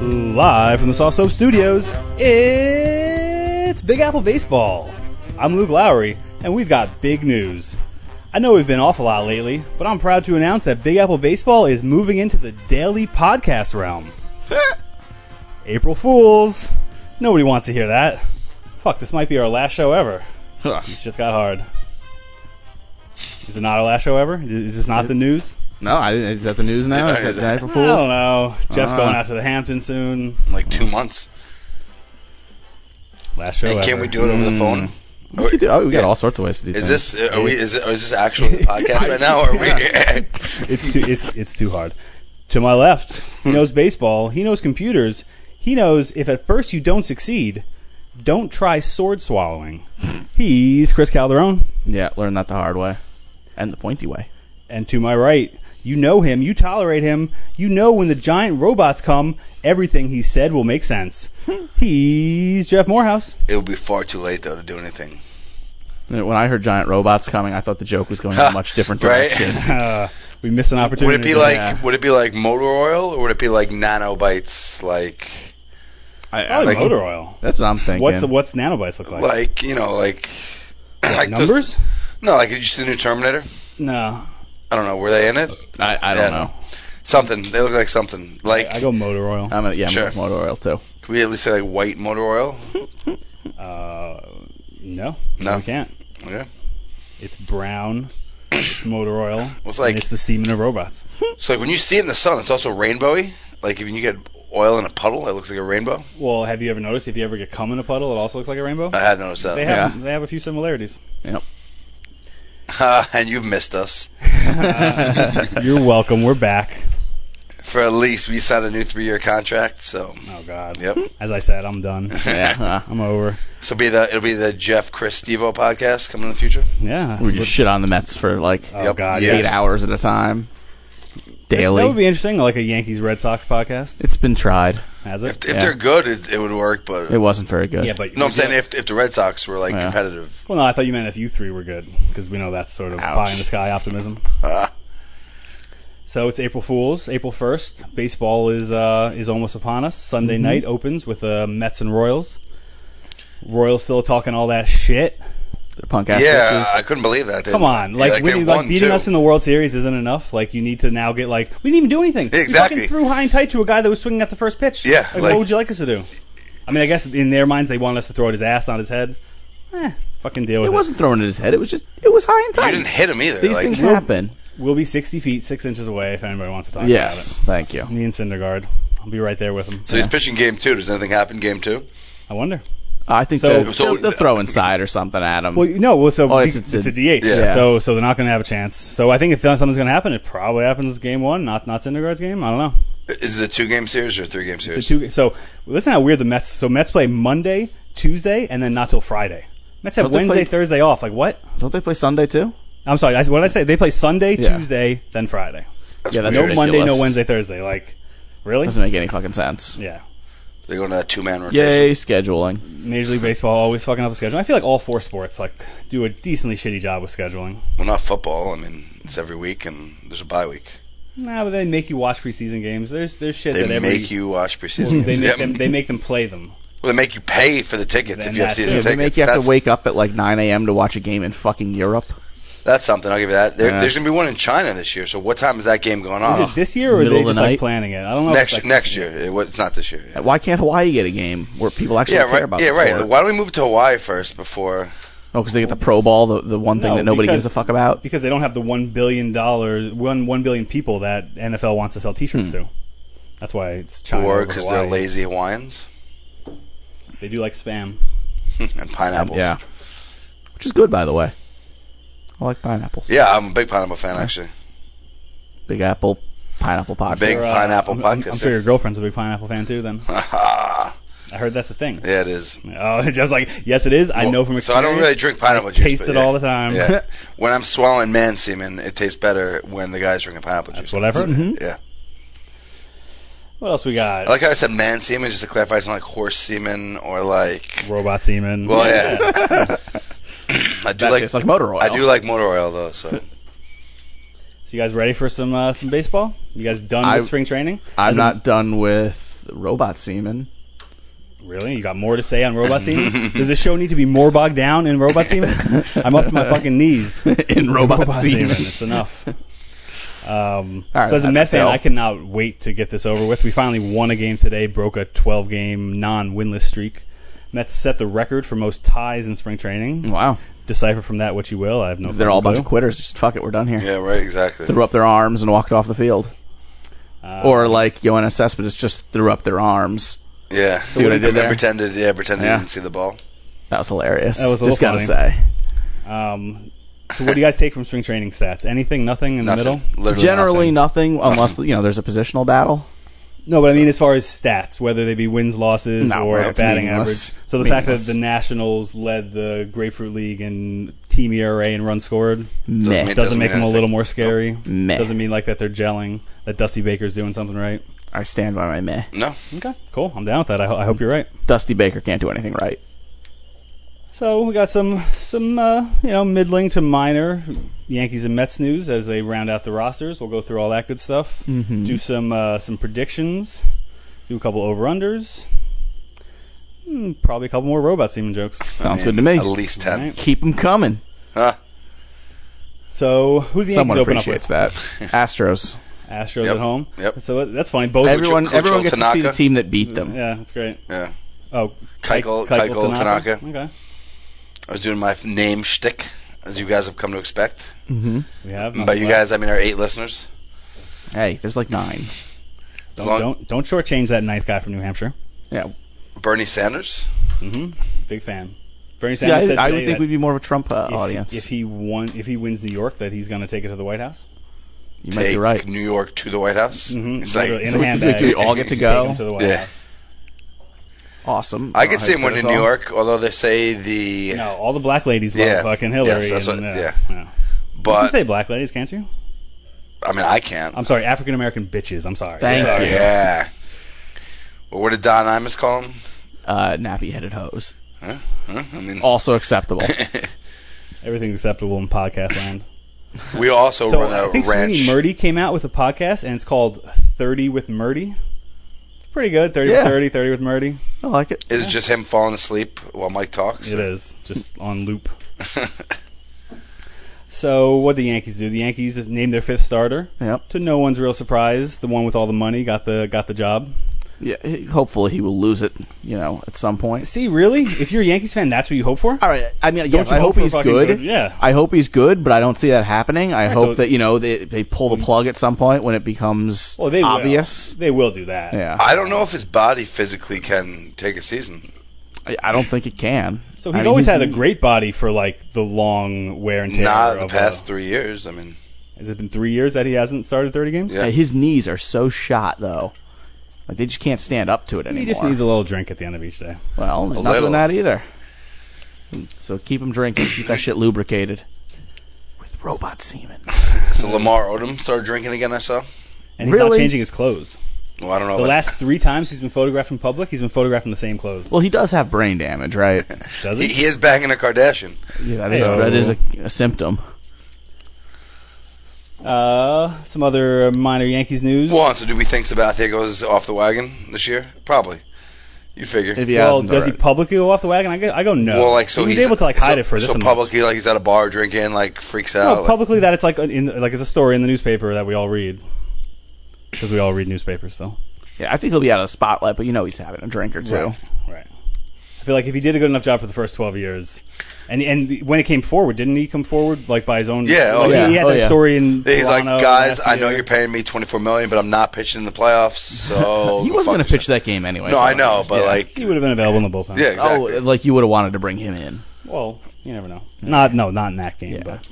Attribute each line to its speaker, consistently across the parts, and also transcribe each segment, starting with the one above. Speaker 1: Live from the Soft Soap Studios, it's Big Apple Baseball. I'm Luke Lowry, and we've got big news. I know we've been off a lot lately, but I'm proud to announce that Big Apple Baseball is moving into the daily podcast realm. April Fools! Nobody wants to hear that. Fuck, this might be our last show ever. This just got hard. Is it not our last show ever? Is- Is this not the news?
Speaker 2: no, I, didn't- is that the news now? Is that April
Speaker 1: I don't
Speaker 2: Fools?
Speaker 1: know. Jeff's
Speaker 2: Uh.
Speaker 1: going out to the Hamptons soon.
Speaker 3: in like two months.
Speaker 1: Last show
Speaker 3: And
Speaker 1: ever.
Speaker 3: can we do it over the phone?
Speaker 2: We could do- oh, we got
Speaker 3: Yeah.
Speaker 2: all sorts of ways to do
Speaker 3: Is
Speaker 2: things.
Speaker 3: this are we? Is, it, is this actually the podcast right now? Or are we?
Speaker 1: It's too it's it's too hard. To my left, he knows baseball. He knows computers. He knows if at first you don't succeed, don't try sword swallowing. He's Chris Calderon,
Speaker 2: Yeah, learn that the hard way and the pointy way.
Speaker 1: and to my right, you know him. You tolerate him. You know when the giant robots come, everything he said will make sense. He's Jeff Morehouse.
Speaker 3: it would be far too late though to do anything.
Speaker 2: And When I heard giant robots coming, I thought the joke was going in a much different
Speaker 3: Right?
Speaker 2: direction.
Speaker 1: Uh, we missed an opportunity.
Speaker 3: Would it be like
Speaker 2: Yeah.
Speaker 3: would it be like motor oil or would it be like nanobites like
Speaker 2: I, I-
Speaker 1: Probably
Speaker 2: like-
Speaker 1: motor oil?
Speaker 2: That's what I'm thinking.
Speaker 1: What's what's nanobites look like?
Speaker 3: like you know like like those-
Speaker 1: Numbers?
Speaker 3: no, like did you see the new Terminator?
Speaker 1: No,
Speaker 3: I don't know. Were they in it?
Speaker 2: I, I
Speaker 3: Yeah,
Speaker 2: don't
Speaker 3: no.
Speaker 2: know.
Speaker 3: Something. They look like something. Like
Speaker 1: I go motor oil.
Speaker 2: I'm a, yeah, I'm
Speaker 3: Sure.
Speaker 2: with motor oil too.
Speaker 3: can we at least say like white motor oil?
Speaker 1: Uh, no,
Speaker 3: No.
Speaker 1: we can't.
Speaker 3: Okay.
Speaker 1: It's brown. It's motor oil.
Speaker 3: Well, it's
Speaker 1: and
Speaker 3: like-
Speaker 1: it's the semen of robots.
Speaker 3: So like when you see it in the sun, it's also rainbowy. Like if you get oil in a puddle, it looks like a rainbow.
Speaker 1: Well, have you ever noticed if you ever get cum in a puddle, it also looks like a rainbow?
Speaker 3: I had noticed that.
Speaker 1: They have they have a few similarities.
Speaker 3: Uh, and you've missed us.
Speaker 1: You're welcome. We're back.
Speaker 3: For at least we signed a new three-year contract, so
Speaker 1: Oh God.
Speaker 3: yep.
Speaker 1: As I said, I'm done.
Speaker 2: yeah,
Speaker 1: I'm over.
Speaker 3: So be the it'll be the Jeff Chris Stevo podcast coming in the future.
Speaker 1: Yeah.
Speaker 2: uh, we just shit on the Mets for like
Speaker 1: oh
Speaker 3: Yep.
Speaker 1: God.
Speaker 3: Yeah.
Speaker 2: eight hours at a time, daily.
Speaker 1: That would be interesting, like a Yankees Red Sox podcast.
Speaker 2: it's been tried.
Speaker 1: Has
Speaker 3: If,
Speaker 1: it?
Speaker 3: if
Speaker 2: Yeah.
Speaker 3: they're good, it, it would work. But
Speaker 2: It wasn't very good.
Speaker 1: yeah, but
Speaker 3: no, I'm saying if if the Red Sox were like
Speaker 2: Yeah.
Speaker 3: competitive,
Speaker 1: Well, no, I thought you meant if you three were good, because we know that's sort of
Speaker 2: Ouch.
Speaker 1: pie in the sky optimism.
Speaker 3: uh,
Speaker 1: So it's April Fools, April 1st. Baseball is uh, is almost upon us. Sunday
Speaker 2: Mm-hmm.
Speaker 1: night opens with uh, Mets and Royals. Royals still talking all that shit.
Speaker 2: The punk ass
Speaker 3: yeah,
Speaker 2: bitches.
Speaker 3: I couldn't believe that. They-
Speaker 1: Come on, like,
Speaker 3: they
Speaker 1: winning, like
Speaker 3: won,
Speaker 1: beating
Speaker 3: too.
Speaker 1: us in the World Series isn't enough. Like you need to now get like we didn't even do anything. We
Speaker 3: Exactly.
Speaker 1: fucking threw high and tight to a guy that was swinging at the first pitch.
Speaker 3: Yeah,
Speaker 1: Like,
Speaker 3: like-
Speaker 1: what would you like us to do? I mean, I guess in their minds they wanted us to throw at his ass, not his head. Eh, fucking deal with
Speaker 2: it
Speaker 1: it.
Speaker 2: wasn't thrown at his head. It was just it was high and
Speaker 3: you
Speaker 2: tight.
Speaker 3: didn't hit him either.
Speaker 2: These
Speaker 3: Like,
Speaker 2: things happen.
Speaker 1: We'll be 60 feet, six inches away if anybody wants to talk
Speaker 2: Yes, thank you.
Speaker 1: about it. Me and Syndergaard, I'll be right there with him.
Speaker 3: so he's pitching game two. Does anything happen game two?
Speaker 1: I wonder.
Speaker 2: I think
Speaker 1: So-
Speaker 2: they'll,
Speaker 3: So-
Speaker 2: they'll, they'll throw inside or something at him.
Speaker 1: Well, you- no, well, so
Speaker 2: Oh,
Speaker 1: be-
Speaker 2: it's-
Speaker 1: it's,
Speaker 2: it's
Speaker 1: a
Speaker 2: in-
Speaker 1: DH,
Speaker 3: yeah.
Speaker 1: so so they're not going to have a chance. So I think if something's going to happen, it probably happens game one, not not Syndergaard's game. I don't know.
Speaker 3: Is it a two-game series or a three-game series?
Speaker 1: It's a two. So listen how weird the Mets. So Mets play Monday, Tuesday, and then not till Friday. Mets have
Speaker 2: Don't they
Speaker 1: Wednesday,
Speaker 2: play-
Speaker 1: Thursday off. Like what?
Speaker 2: Don't they play Sunday too?
Speaker 1: I'm sorry. I, what did I say? They play Sunday,
Speaker 2: Yeah.
Speaker 1: Tuesday, then Friday.
Speaker 2: yeah, that's
Speaker 1: no
Speaker 2: ridiculous.
Speaker 1: Monday, no Wednesday, Thursday. Like really?
Speaker 2: Doesn't make any fucking sense.
Speaker 1: Yeah.
Speaker 3: They're going to that two-man rotation.
Speaker 2: Yay, scheduling.
Speaker 1: Major League Baseball always fucking up the schedule. I feel like all four sports like do a decently shitty job with scheduling.
Speaker 3: Well, not football. I mean, it's every week, and there's a bye week.
Speaker 1: Nah, but they make you watch preseason games. There's there's shit
Speaker 3: They
Speaker 1: that every
Speaker 3: make you watch preseason.
Speaker 1: they
Speaker 3: games.
Speaker 1: make
Speaker 3: Yeah.
Speaker 1: them they make them play them.
Speaker 3: Well, they make you pay for the tickets
Speaker 1: Then
Speaker 3: if you have
Speaker 1: that's
Speaker 3: season
Speaker 1: it.
Speaker 2: they
Speaker 3: tickets.
Speaker 2: make you have
Speaker 3: That's-
Speaker 2: to wake up at like 9 a.m. to watch a game in fucking Europe.
Speaker 3: That's something. I'll give you that. There,
Speaker 2: Yeah.
Speaker 3: There's gonna be one in China this year. So what time is that game going
Speaker 1: Is
Speaker 3: on?
Speaker 1: it this year or are
Speaker 2: Middle
Speaker 1: they
Speaker 2: of the
Speaker 1: just like
Speaker 2: night?
Speaker 1: planning it? I don't know. if
Speaker 3: Oh. next
Speaker 1: it's like,
Speaker 3: next year. It was, it's not this year. Yeah,
Speaker 2: Why can't Hawaii get a game where people actually
Speaker 3: Yeah,
Speaker 2: care about
Speaker 3: right. Yeah,
Speaker 2: the
Speaker 3: right.
Speaker 2: sport?
Speaker 3: Why don't we move to Hawaii first before?
Speaker 2: Oh, because they get the Pro Ball, the, the one thing
Speaker 1: No,
Speaker 2: that nobody
Speaker 1: because-
Speaker 2: gives a fuck about.
Speaker 1: because they don't have the one billion dollar one one billion people that NFL wants to sell
Speaker 2: Hmm.
Speaker 1: T-shirts to. That's why it's China
Speaker 3: or
Speaker 1: over
Speaker 3: because they're
Speaker 1: Hawaii.
Speaker 3: lazy Hawaiians
Speaker 1: They do like spam.
Speaker 3: and pineapples.
Speaker 2: Yeah. Which is good, by the way. I like pineapples.
Speaker 3: Yeah, I'm a big pineapple fan actually.
Speaker 2: Big Apple, pineapple podcast.
Speaker 3: Big
Speaker 1: They're, uh,
Speaker 3: pineapple
Speaker 1: I'm, I'm,
Speaker 3: podcast,
Speaker 1: I'm sure
Speaker 3: yeah.
Speaker 1: your girlfriend's a big pineapple fan too. Then
Speaker 3: yeah,
Speaker 1: I heard that's a thing.
Speaker 3: it is.
Speaker 1: Oh, just like yes, it is. I know from experience.
Speaker 3: So I don't really drink pineapple juice.
Speaker 1: taste
Speaker 3: but
Speaker 1: it
Speaker 3: yeah.
Speaker 1: all the time.
Speaker 3: Yeah. when I'm swallowing man semen, it tastes better when the guy's drinking pineapple
Speaker 1: That's
Speaker 3: juice.
Speaker 1: what I've heard.
Speaker 3: Yeah.
Speaker 1: What else we got?
Speaker 3: I like how I said man semen just to clarify. It's not like horse semen or like.
Speaker 1: Robot semen.
Speaker 3: Well, yeah. I do
Speaker 2: That
Speaker 3: like.
Speaker 2: tastes like motor oil.
Speaker 3: I do like motor oil though. So
Speaker 1: So you guys ready for some uh, some baseball? You guys done
Speaker 2: I-
Speaker 1: with spring training?
Speaker 2: I'm
Speaker 1: As in-
Speaker 2: not done with robot semen.
Speaker 1: Really? You got more to say on robot semen? Does this show need to be more bogged down in robot semen? I'm up to my fucking knees.
Speaker 2: in robot, semen.
Speaker 1: It's enough. Um,
Speaker 2: All right,
Speaker 1: so as a
Speaker 2: NFL.
Speaker 1: Met fan, I cannot wait to get this over with. We finally won a game today, broke a 12-game non-winless streak. Mets set the record for most ties in spring training.
Speaker 2: Wow.
Speaker 1: Decipher from that what you will. I have no.
Speaker 2: They're all a bunch
Speaker 1: fucking
Speaker 2: of quitters. Just fuck it, we're done here.
Speaker 3: Yeah, right, exactly.
Speaker 2: Threw up their arms and walked off the field.
Speaker 1: clue. Uh,
Speaker 2: Or like Joanna Cespedes just threw up their arms.
Speaker 3: Yeah.
Speaker 2: See what I did
Speaker 3: And then
Speaker 2: there?
Speaker 3: Pretended, yeah, pretended
Speaker 2: Yeah.
Speaker 3: he didn't see the ball.
Speaker 2: That was hilarious.
Speaker 1: That was a
Speaker 2: just
Speaker 1: little
Speaker 2: gotta say.
Speaker 1: Um, so what do you guys take from spring training stats? Anything? Nothing in
Speaker 3: Nothing.
Speaker 1: the middle?
Speaker 3: Literally
Speaker 2: Generally
Speaker 3: nothing.
Speaker 2: nothing, unless you know there's a positional battle.
Speaker 1: No, but I mean as far as stats, whether they be wins, losses,
Speaker 2: No,
Speaker 1: or
Speaker 2: right, it's
Speaker 1: batting
Speaker 2: meaningless.
Speaker 1: average. So the fact that
Speaker 2: Meaningless.
Speaker 1: the Nationals led the Grapefruit League in team ERA and run scored
Speaker 2: Meh.
Speaker 1: doesn't,
Speaker 3: mean-
Speaker 1: make them a
Speaker 3: anything.
Speaker 1: little more scary.
Speaker 2: Meh.
Speaker 1: Doesn't mean like that they're gelling. That Dusty Baker's doing something right.
Speaker 2: I stand by my meh.
Speaker 3: No.
Speaker 1: Okay, cool. I'm down with that. I, ho- I hope you're right.
Speaker 2: Dusty Baker can't do anything right.
Speaker 1: So we got some some uh, you know middling to minor Yankees and Mets news as they round out the rosters. We'll go through all that good stuff.
Speaker 2: Mhm.
Speaker 1: Do some uh, some predictions. Do a couple over unders. Hmm, probably a couple more robot semen jokes.
Speaker 2: Sounds
Speaker 3: I
Speaker 2: good
Speaker 3: mean,
Speaker 2: to me.
Speaker 3: At least 10.
Speaker 1: Right.
Speaker 2: Keep them coming.
Speaker 3: Huh.
Speaker 1: So who do the
Speaker 2: Someone
Speaker 1: Yankees open up
Speaker 2: appreciates
Speaker 1: with?
Speaker 2: that. Astros.
Speaker 1: Astros
Speaker 3: Yep.
Speaker 1: at home.
Speaker 3: Yep.
Speaker 1: So that- that's funny. Both
Speaker 2: everyone,
Speaker 3: Coach
Speaker 2: everyone gets to see the
Speaker 3: Tanaka.
Speaker 2: team that beat them.
Speaker 1: Yeah, that's great.
Speaker 3: Yeah.
Speaker 1: Oh,
Speaker 3: Keuchel,
Speaker 1: Keiko
Speaker 3: Keuchel, Tanaka.
Speaker 1: Okay,
Speaker 3: I was doing my f- name shtick, as you guys have come to expect.
Speaker 2: hmm
Speaker 1: we have.
Speaker 3: By you guys, I mean our eight listeners.
Speaker 2: Hey, there's like nine.
Speaker 1: don't
Speaker 3: Long-
Speaker 1: don't don't shortchange that ninth guy from New Hampshire.
Speaker 2: Yeah,
Speaker 3: Bernie Sanders.
Speaker 1: hmm
Speaker 3: Mm-hmm.
Speaker 1: Big fan. Bernie
Speaker 2: See,
Speaker 1: Sanders
Speaker 2: I,
Speaker 1: said
Speaker 2: I
Speaker 1: today
Speaker 2: would think
Speaker 1: that
Speaker 2: we'd be more of a Trump uh,
Speaker 1: if,
Speaker 2: audience.
Speaker 1: if he won, if he wins New York, that he's going to take it to the White House.
Speaker 2: you might
Speaker 3: Take
Speaker 2: be right. Mm-hmm.
Speaker 3: New York to the White House.
Speaker 1: Mhm,
Speaker 3: It's like,
Speaker 1: literally, in
Speaker 2: So
Speaker 1: a
Speaker 2: we-
Speaker 1: handbag.
Speaker 2: do we all get to
Speaker 1: Take
Speaker 2: go?
Speaker 1: him to the White
Speaker 3: Yeah.
Speaker 1: House.
Speaker 2: Awesome.
Speaker 3: I
Speaker 2: don't know
Speaker 3: could
Speaker 2: how
Speaker 3: see
Speaker 2: you
Speaker 3: him win
Speaker 2: put
Speaker 3: in
Speaker 2: us
Speaker 3: New
Speaker 2: all.
Speaker 3: York, although they say the.
Speaker 1: No, all the black ladies love
Speaker 3: Yeah.
Speaker 1: fucking Hillary.
Speaker 3: Yes, that's
Speaker 1: and,
Speaker 3: what-
Speaker 1: uh,
Speaker 3: yeah.
Speaker 1: you can
Speaker 3: But
Speaker 1: say black ladies, can't you?
Speaker 3: I mean, I can't.
Speaker 1: I'm sorry, African American bitches. I'm sorry.
Speaker 2: Thank
Speaker 1: Sorry.
Speaker 2: you.
Speaker 3: yeah. Well, what did Don Imus call him?
Speaker 2: Uh, nappy-headed hose.
Speaker 3: Huh? Huh? I mean,
Speaker 2: Also acceptable.
Speaker 1: Everything's acceptable in podcast land.
Speaker 3: we also
Speaker 1: so
Speaker 3: run a
Speaker 1: I think
Speaker 3: ranch.
Speaker 1: Sweeney Murdy came out with a podcast, and it's called 30 with Murdy. It's pretty good. 30
Speaker 2: Yeah.
Speaker 1: with 30, 30 with Murdy.
Speaker 2: I like it.
Speaker 3: Is it just him falling asleep while Mike talks?
Speaker 1: It is just on loop. So what the Yankees do? The Yankees have named their fifth starter.
Speaker 2: Yep.
Speaker 1: To no one's real surprise, the one with all the money got the got the job.
Speaker 2: Yeah. he- Hopefully he will lose it. You know, at some point.
Speaker 1: See, really, if you're a Yankees fan, that's what you hope for.
Speaker 2: All right. I mean,
Speaker 1: Don't
Speaker 2: yes,
Speaker 1: you
Speaker 2: I hope
Speaker 1: for
Speaker 2: he's
Speaker 1: fucking
Speaker 2: good.
Speaker 1: Yeah.
Speaker 2: I hope he's good, but I don't see that happening. I
Speaker 1: Alright,
Speaker 2: hope
Speaker 1: so-
Speaker 2: that you know they they pull the plug at some point when it becomes
Speaker 1: Well, they will.
Speaker 2: obvious.
Speaker 1: They will do that.
Speaker 2: Yeah.
Speaker 3: I don't know if his body physically can take a season.
Speaker 2: I, I don't think it can.
Speaker 1: So
Speaker 2: I
Speaker 1: he's
Speaker 2: mean,
Speaker 1: always had a great body for like the long wear and tear.
Speaker 3: Not the
Speaker 1: of,
Speaker 3: past
Speaker 1: uh,
Speaker 3: three years. I mean,
Speaker 1: has it been three years that he hasn't started 30 games?
Speaker 3: yeah.
Speaker 2: Hey, his knees are so shot though. Like they just can't stand up to it anymore.
Speaker 1: He just needs a little drink at the end of each day.
Speaker 2: well,
Speaker 3: A
Speaker 2: there's nothing
Speaker 3: little.
Speaker 2: in that either. So keep him drinking, keep that shit lubricated with robot semen.
Speaker 3: So Lamar Odom started drinking again. I saw.
Speaker 1: And he's not
Speaker 2: Really?
Speaker 1: changing his clothes.
Speaker 3: Well, I don't know.
Speaker 1: The
Speaker 3: about-
Speaker 1: last three times he's been photographed in public, he's been photographed in the same clothes.
Speaker 2: Well, he does have brain damage, right?
Speaker 1: Does
Speaker 3: he,
Speaker 1: he?
Speaker 3: he is banging a Kardashian.
Speaker 2: Yeah, that is,
Speaker 1: So-
Speaker 2: that is a, a symptom.
Speaker 1: Uh, some other minor Yankees news.
Speaker 3: Well, so do we think Sabathia goes off the wagon this year? Probably. You figure.
Speaker 2: If he
Speaker 1: well,
Speaker 2: hasn't
Speaker 1: does he
Speaker 2: already.
Speaker 1: publicly go off the wagon? I go, I go no.
Speaker 3: Well, like so
Speaker 1: he was
Speaker 3: he's
Speaker 1: able to like hide
Speaker 3: so-
Speaker 1: it for this
Speaker 3: So
Speaker 1: amount.
Speaker 3: publicly, like he's at a bar drinking, like freaks out.
Speaker 1: No,
Speaker 3: like-
Speaker 1: publicly that it's like in like it's a story in the newspaper that we all read. Because we all read newspapers, though.
Speaker 2: Yeah, I think he'll be out of the spotlight, but you know he's having a drink or two.
Speaker 1: Right. Right. I feel like if he did a good enough job for the first 12 years, and and when it came forward, didn't he come forward like by his own?
Speaker 3: Yeah, oh
Speaker 1: like, he-
Speaker 2: yeah,
Speaker 1: He had
Speaker 2: oh
Speaker 1: that
Speaker 2: yeah.
Speaker 1: story in.
Speaker 3: He's like,
Speaker 1: Toronto
Speaker 3: guys,
Speaker 1: last
Speaker 3: I know
Speaker 1: year."
Speaker 3: you're paying me 24 million, but I'm not pitching in the playoffs. So
Speaker 2: he wasn't
Speaker 3: go fuck
Speaker 2: going to pitch
Speaker 3: yourself.
Speaker 2: that game anyway.
Speaker 3: No,
Speaker 2: so-
Speaker 3: I know, but
Speaker 2: yeah.
Speaker 3: like,
Speaker 1: He would have been available in the bullpen.
Speaker 3: yeah, exactly.
Speaker 2: oh, like you would have wanted to bring him in.
Speaker 1: Well, you never know. Not no, not in that game,
Speaker 2: Yeah.
Speaker 1: but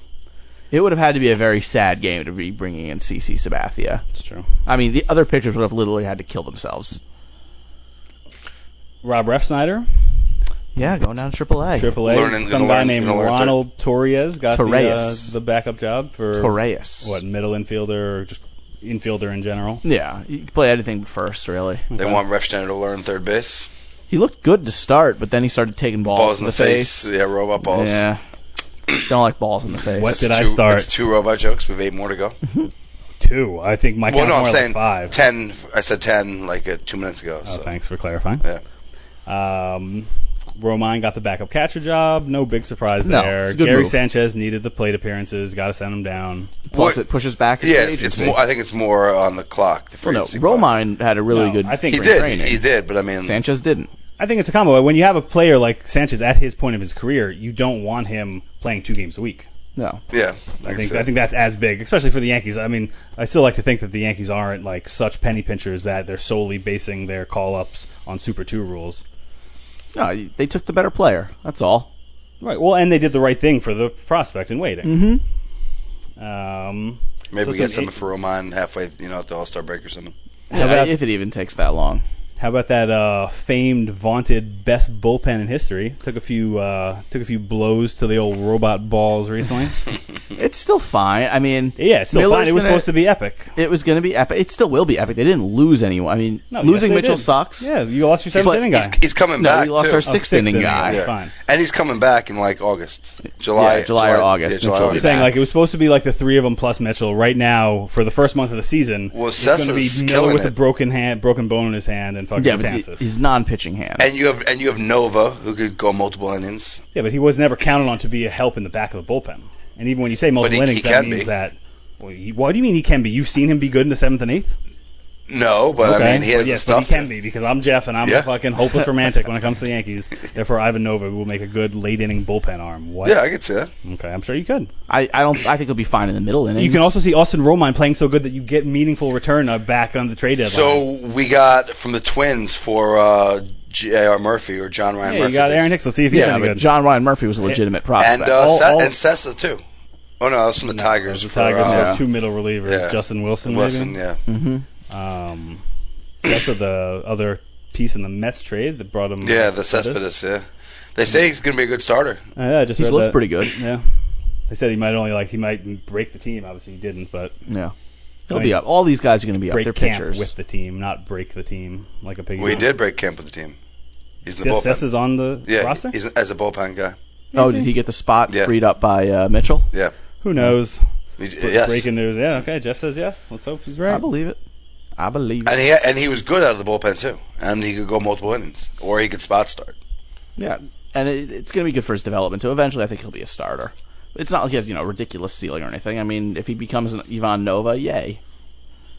Speaker 2: It would have had to be a very sad game to be bringing in CC Sabathia.
Speaker 1: it's true.
Speaker 2: I mean, the other pitchers would have literally had to kill themselves.
Speaker 1: Rob Refsnyder,
Speaker 2: Yeah, going down to AAA.
Speaker 1: Triple A,
Speaker 3: Learning-
Speaker 1: some
Speaker 3: gonna
Speaker 1: guy
Speaker 3: learn-
Speaker 1: named
Speaker 3: gonna learn to-
Speaker 1: Ronald Torres got
Speaker 2: Torres.
Speaker 1: The, uh, the backup job for
Speaker 2: Torres.
Speaker 1: what middle infielder or just infielder in general.
Speaker 2: Yeah, you can play anything but first, really.
Speaker 3: They want Refsteiner to learn third base.
Speaker 2: He looked good to start, but then he started taking balls,
Speaker 3: Balls in the face. Yeah, robot balls.
Speaker 2: Yeah. Don't like balls in the face.
Speaker 1: What?
Speaker 3: That's
Speaker 1: did I
Speaker 3: two,
Speaker 1: start?
Speaker 3: That's two robot jokes. We have eight more to go.
Speaker 1: Two. I think my
Speaker 3: well,
Speaker 1: count's
Speaker 3: no, I'm
Speaker 1: more
Speaker 3: saying
Speaker 1: like five.
Speaker 3: ten. I said ten like uh, two minutes ago.
Speaker 1: Oh,
Speaker 3: so.
Speaker 1: thanks for clarifying.
Speaker 3: Yeah.
Speaker 1: Um, Romine got the backup catcher job. No big surprise
Speaker 2: No,
Speaker 1: there.
Speaker 2: it's a good
Speaker 1: Gary
Speaker 2: move.
Speaker 1: Sanchez needed the plate appearances. Got to send him down.
Speaker 2: Plus,
Speaker 3: What-
Speaker 2: it pushes back.
Speaker 3: Yeah,
Speaker 2: his
Speaker 3: it's, it's
Speaker 2: agency.
Speaker 3: more. I think it's more on the clock. The free
Speaker 2: Well, no,
Speaker 3: agency clock.
Speaker 2: Romine had a really
Speaker 1: No,
Speaker 2: good.
Speaker 1: I think-
Speaker 3: He
Speaker 2: spring
Speaker 3: did.
Speaker 2: Training.
Speaker 3: He did. But I mean,
Speaker 2: Sanchez didn't.
Speaker 1: I think it's a combo. When you have a player like Sanchez at his point of his career, you don't want him playing two games a week.
Speaker 2: No.
Speaker 3: yeah.
Speaker 1: I
Speaker 3: like
Speaker 1: think
Speaker 3: said.
Speaker 1: I think that's as big, especially for the Yankees. I mean, I still like to think that the Yankees aren't like such penny pinchers that they're solely basing their call ups on Super Two rules.
Speaker 2: No, they took the better player. That's all.
Speaker 1: Right. Well, and they did the right thing for the prospect in waiting.
Speaker 2: Mm-hmm.
Speaker 1: Um,
Speaker 3: maybe
Speaker 1: so
Speaker 3: we get
Speaker 1: it's an
Speaker 3: something for Romine halfway, you know, at the All Star break or something.
Speaker 1: How about-
Speaker 2: if it even takes that long.
Speaker 1: How about that uh, famed, vaunted best bullpen in history? Took a few uh, took a few blows to the old robot balls recently.
Speaker 2: It's still fine. I mean,
Speaker 1: yeah, it's still
Speaker 2: Miller's
Speaker 1: fine. It was
Speaker 2: gonna-
Speaker 1: supposed to be epic.
Speaker 2: it was going to be epic. It still will be epic. They didn't lose anyone. I mean,
Speaker 1: No,
Speaker 2: losing
Speaker 1: yes, they
Speaker 2: Mitchell
Speaker 1: did.
Speaker 2: sucks.
Speaker 1: Yeah, you lost your seventh
Speaker 2: But
Speaker 1: inning
Speaker 3: He's,
Speaker 1: guy. Oh,
Speaker 3: he's coming
Speaker 2: No,
Speaker 3: back.
Speaker 2: we lost
Speaker 3: too.
Speaker 2: our sixth,
Speaker 1: sixth
Speaker 2: inning
Speaker 1: inning
Speaker 2: guy.
Speaker 1: guy.
Speaker 3: Yeah.
Speaker 1: Fine.
Speaker 3: And he's coming back in like August, July,
Speaker 2: Yeah, July or August.
Speaker 3: Yeah, July,
Speaker 2: Mitchell will
Speaker 1: I'm
Speaker 2: be
Speaker 3: August.
Speaker 1: saying
Speaker 2: back.
Speaker 1: like it was supposed to be like the three of them plus Mitchell. Right now, for the first month of the season,
Speaker 3: Well,
Speaker 1: it's going to be
Speaker 3: Sessa's
Speaker 1: Miller
Speaker 3: killing
Speaker 1: with a
Speaker 3: it.
Speaker 1: broken hand, broken bone in his hand, and fucking
Speaker 2: Yeah, but he-
Speaker 1: Betances.
Speaker 2: his non-pitching hand.
Speaker 3: And you have and you have Nova who could go multiple innings.
Speaker 1: yeah, but he was never counted on to be a help in the back of the bullpen. And even when you say multiple
Speaker 3: he- he
Speaker 1: innings, that
Speaker 3: can
Speaker 1: means
Speaker 3: be.
Speaker 1: that. Well, he, what do you mean he can be? You've seen him be good in the seventh and eighth.
Speaker 3: No, but I mean he has
Speaker 1: Well, yes,
Speaker 3: the stuff.
Speaker 1: But he can
Speaker 3: to-
Speaker 1: be because I'm Jeff and I'm
Speaker 3: Yeah.
Speaker 1: a fucking hopeless romantic when it comes to the Yankees. Therefore, Ivan Nova will make a good late inning bullpen arm. What?
Speaker 3: Yeah, I could see that.
Speaker 1: Okay, I'm sure you could.
Speaker 2: I, I don't. I think he'll be fine in the middle innings.
Speaker 1: You can also see Austin Romine playing so good that you get meaningful return uh, back on the trade deadline.
Speaker 3: So we got from the Twins for uh, J.R. Murphy or John Ryan
Speaker 1: yeah,
Speaker 3: Murphy.
Speaker 1: you got Aaron Hicks. Let's see if he's
Speaker 2: Yeah,
Speaker 1: any
Speaker 2: but
Speaker 1: good.
Speaker 2: John Ryan Murphy was a legitimate prospect.
Speaker 3: and uh,
Speaker 1: All-
Speaker 3: Sa-
Speaker 1: all-
Speaker 3: and Sessa too. Oh no, that was from the
Speaker 1: No,
Speaker 3: Tigers.
Speaker 1: The
Speaker 3: for,
Speaker 1: Tigers
Speaker 3: uh,
Speaker 1: have
Speaker 2: yeah.
Speaker 1: two middle relievers,
Speaker 3: Yeah.
Speaker 1: Justin Wilson,
Speaker 3: Wilson,
Speaker 1: maybe.
Speaker 3: yeah.
Speaker 2: hmm
Speaker 1: Um, so that's the other piece in the Mets trade that brought him.
Speaker 3: Yeah, the Cespedes, yeah. They say he's going to be a good starter.
Speaker 1: Uh, yeah, I just
Speaker 2: He's
Speaker 1: read
Speaker 2: looked
Speaker 1: that.
Speaker 2: pretty good.
Speaker 1: Yeah, they said he might only like he might break the team. Obviously, he didn't, but
Speaker 2: Yeah, he'll
Speaker 1: I mean,
Speaker 2: be up. All these guys are going to be up.
Speaker 1: break
Speaker 2: They're
Speaker 1: camp
Speaker 2: pitchers.
Speaker 1: with the team, not break the team like a piggy.
Speaker 3: We
Speaker 1: bank.
Speaker 3: did break camp with the team. He's in the
Speaker 1: Cess, Cess
Speaker 3: bullpen.
Speaker 1: is on the
Speaker 3: yeah,
Speaker 1: roster.
Speaker 3: he's as a bullpen guy.
Speaker 2: oh, did he get the spot
Speaker 3: Yeah.
Speaker 2: freed up by uh, Mitchell?
Speaker 3: Yeah.
Speaker 1: Who knows?
Speaker 3: He's- yes.
Speaker 1: Breaking news. Yeah. Okay. Jeff says yes. Let's hope he's
Speaker 2: I
Speaker 1: right.
Speaker 2: believe it. I believe it.
Speaker 3: And he and he was good out of the bullpen too. And he could go multiple innings or he could spot start.
Speaker 2: Yeah, and it, it's going to be good for his development. So eventually, I think he'll be a starter. It's not like he has you know ridiculous ceiling or anything. I mean, if he becomes an Ivan Nova, yay.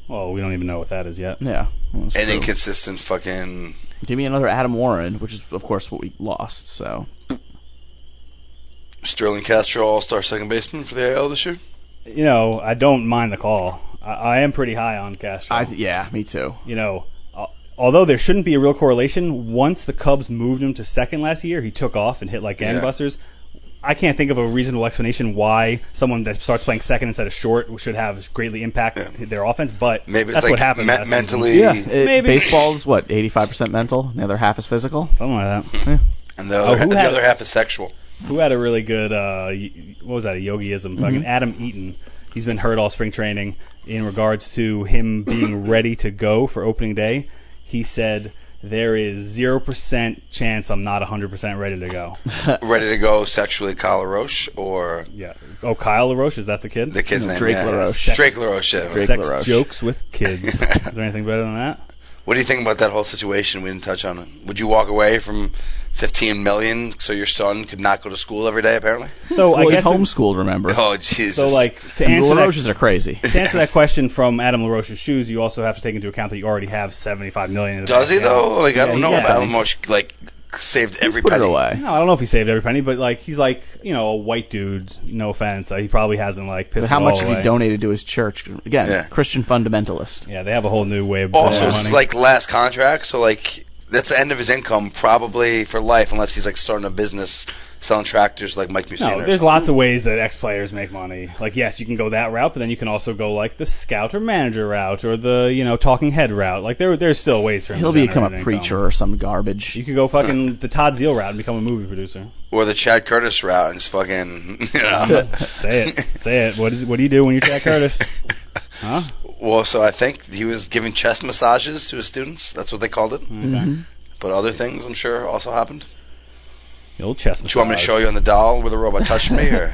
Speaker 1: Well, we don't even know what that is yet.
Speaker 2: Yeah. well, that's
Speaker 3: An
Speaker 2: true.
Speaker 3: inconsistent fucking
Speaker 2: Give me another Adam Warren, which is of course what we lost. So
Speaker 3: Sterling Castro all-star second baseman for the AL this year.
Speaker 1: You know, I don't mind the call. I, I am pretty high on Castro.
Speaker 2: I yeah, me too.
Speaker 1: you know, uh, although there shouldn't be a real correlation, once the Cubs moved him to second last year, he took off and hit like
Speaker 3: Yeah.
Speaker 1: gangbusters. I can't think of a reasonable explanation why someone that starts playing second instead of short should have greatly impact their offense, but
Speaker 3: Maybe it's
Speaker 1: that's
Speaker 3: like
Speaker 1: what happened
Speaker 3: me-
Speaker 1: last season.
Speaker 3: mentally
Speaker 2: Yeah, it,
Speaker 1: Maybe.
Speaker 2: baseball's what 85% mental, the other half is physical.
Speaker 1: Something like that.
Speaker 2: Oh,
Speaker 3: and the other,
Speaker 1: who
Speaker 3: the
Speaker 1: had-
Speaker 3: other half is sexual.
Speaker 1: Who had a really good, uh, y- what was that, a yogiism? Fucking Adam Eaton. He's been hurt all spring training in regards to him being ready to go for opening day. He said, There is 0% chance I'm not 100% ready to go.
Speaker 2: Uh,
Speaker 3: Ready to go sexually Kyle Roche or
Speaker 1: Yeah. Oh, Kyle LaRoche, is that the kid?
Speaker 3: the kid's name
Speaker 2: Drake
Speaker 3: yeah.
Speaker 2: LaRoche.
Speaker 3: Drake LaRoche. yeah.
Speaker 2: Drake-
Speaker 1: Sex
Speaker 2: LaRoche.
Speaker 1: jokes with kids. is there anything better than that?
Speaker 3: What do you think about that whole situation? We didn't touch on it. Would you walk away from 15 million so your son could not go to school every day? Apparently.
Speaker 1: So
Speaker 2: well,
Speaker 1: I guess
Speaker 2: he's homeschooled, remember?
Speaker 3: Oh Jesus.
Speaker 1: so like to
Speaker 2: The
Speaker 1: answer that,
Speaker 2: LaRoches are crazy.
Speaker 1: to answer that question from Adam LaRoche's shoes, you also have to take into account that you already have 75 million. In the
Speaker 3: Does he
Speaker 1: bank account.
Speaker 3: though? Like I don't
Speaker 2: he
Speaker 3: know if
Speaker 2: does.
Speaker 3: Alan Marsh like saved every
Speaker 2: Put it
Speaker 3: penny.
Speaker 2: away.
Speaker 1: No, I don't know if he saved every penny, but like he's like you know a white dude. No offense, uh, he probably hasn't like
Speaker 2: But
Speaker 1: pissed.
Speaker 2: how
Speaker 1: it
Speaker 2: much
Speaker 1: all
Speaker 2: has he
Speaker 1: away.
Speaker 2: donated to his church? Again,
Speaker 3: Yeah.
Speaker 2: Christian fundamentalist.
Speaker 1: Yeah, they have a whole new way of
Speaker 3: Also,
Speaker 1: burning
Speaker 3: it's
Speaker 1: money.
Speaker 3: like last contract, so like that's the end of his income probably for life, unless he's like starting a business selling tractors like Mike Mussina.
Speaker 1: no,
Speaker 3: or
Speaker 1: there's
Speaker 3: something.
Speaker 1: lots of ways that ex players make money. Like yes, you can go that route, but then you can also go like the scout or manager route or the you know talking head route. Like there there's still ways for him.
Speaker 2: He'll
Speaker 1: to
Speaker 2: become
Speaker 1: generate
Speaker 2: a
Speaker 1: income.
Speaker 2: preacher or some garbage.
Speaker 1: You could go fucking the Todd Zeal route and become a movie producer.
Speaker 3: or the Chad Curtis route and just fucking you know.
Speaker 1: Say it, say it. What is? What do you do when you're Jack Curtis? Huh?
Speaker 3: well, so I think he was giving chest massages to his students. That's what they called it.
Speaker 1: Okay.
Speaker 2: Mhm.
Speaker 3: But other things, I'm sure, also happened.
Speaker 1: The old chest massage.
Speaker 3: Do you want me to show you on the doll where the robot touched me? Or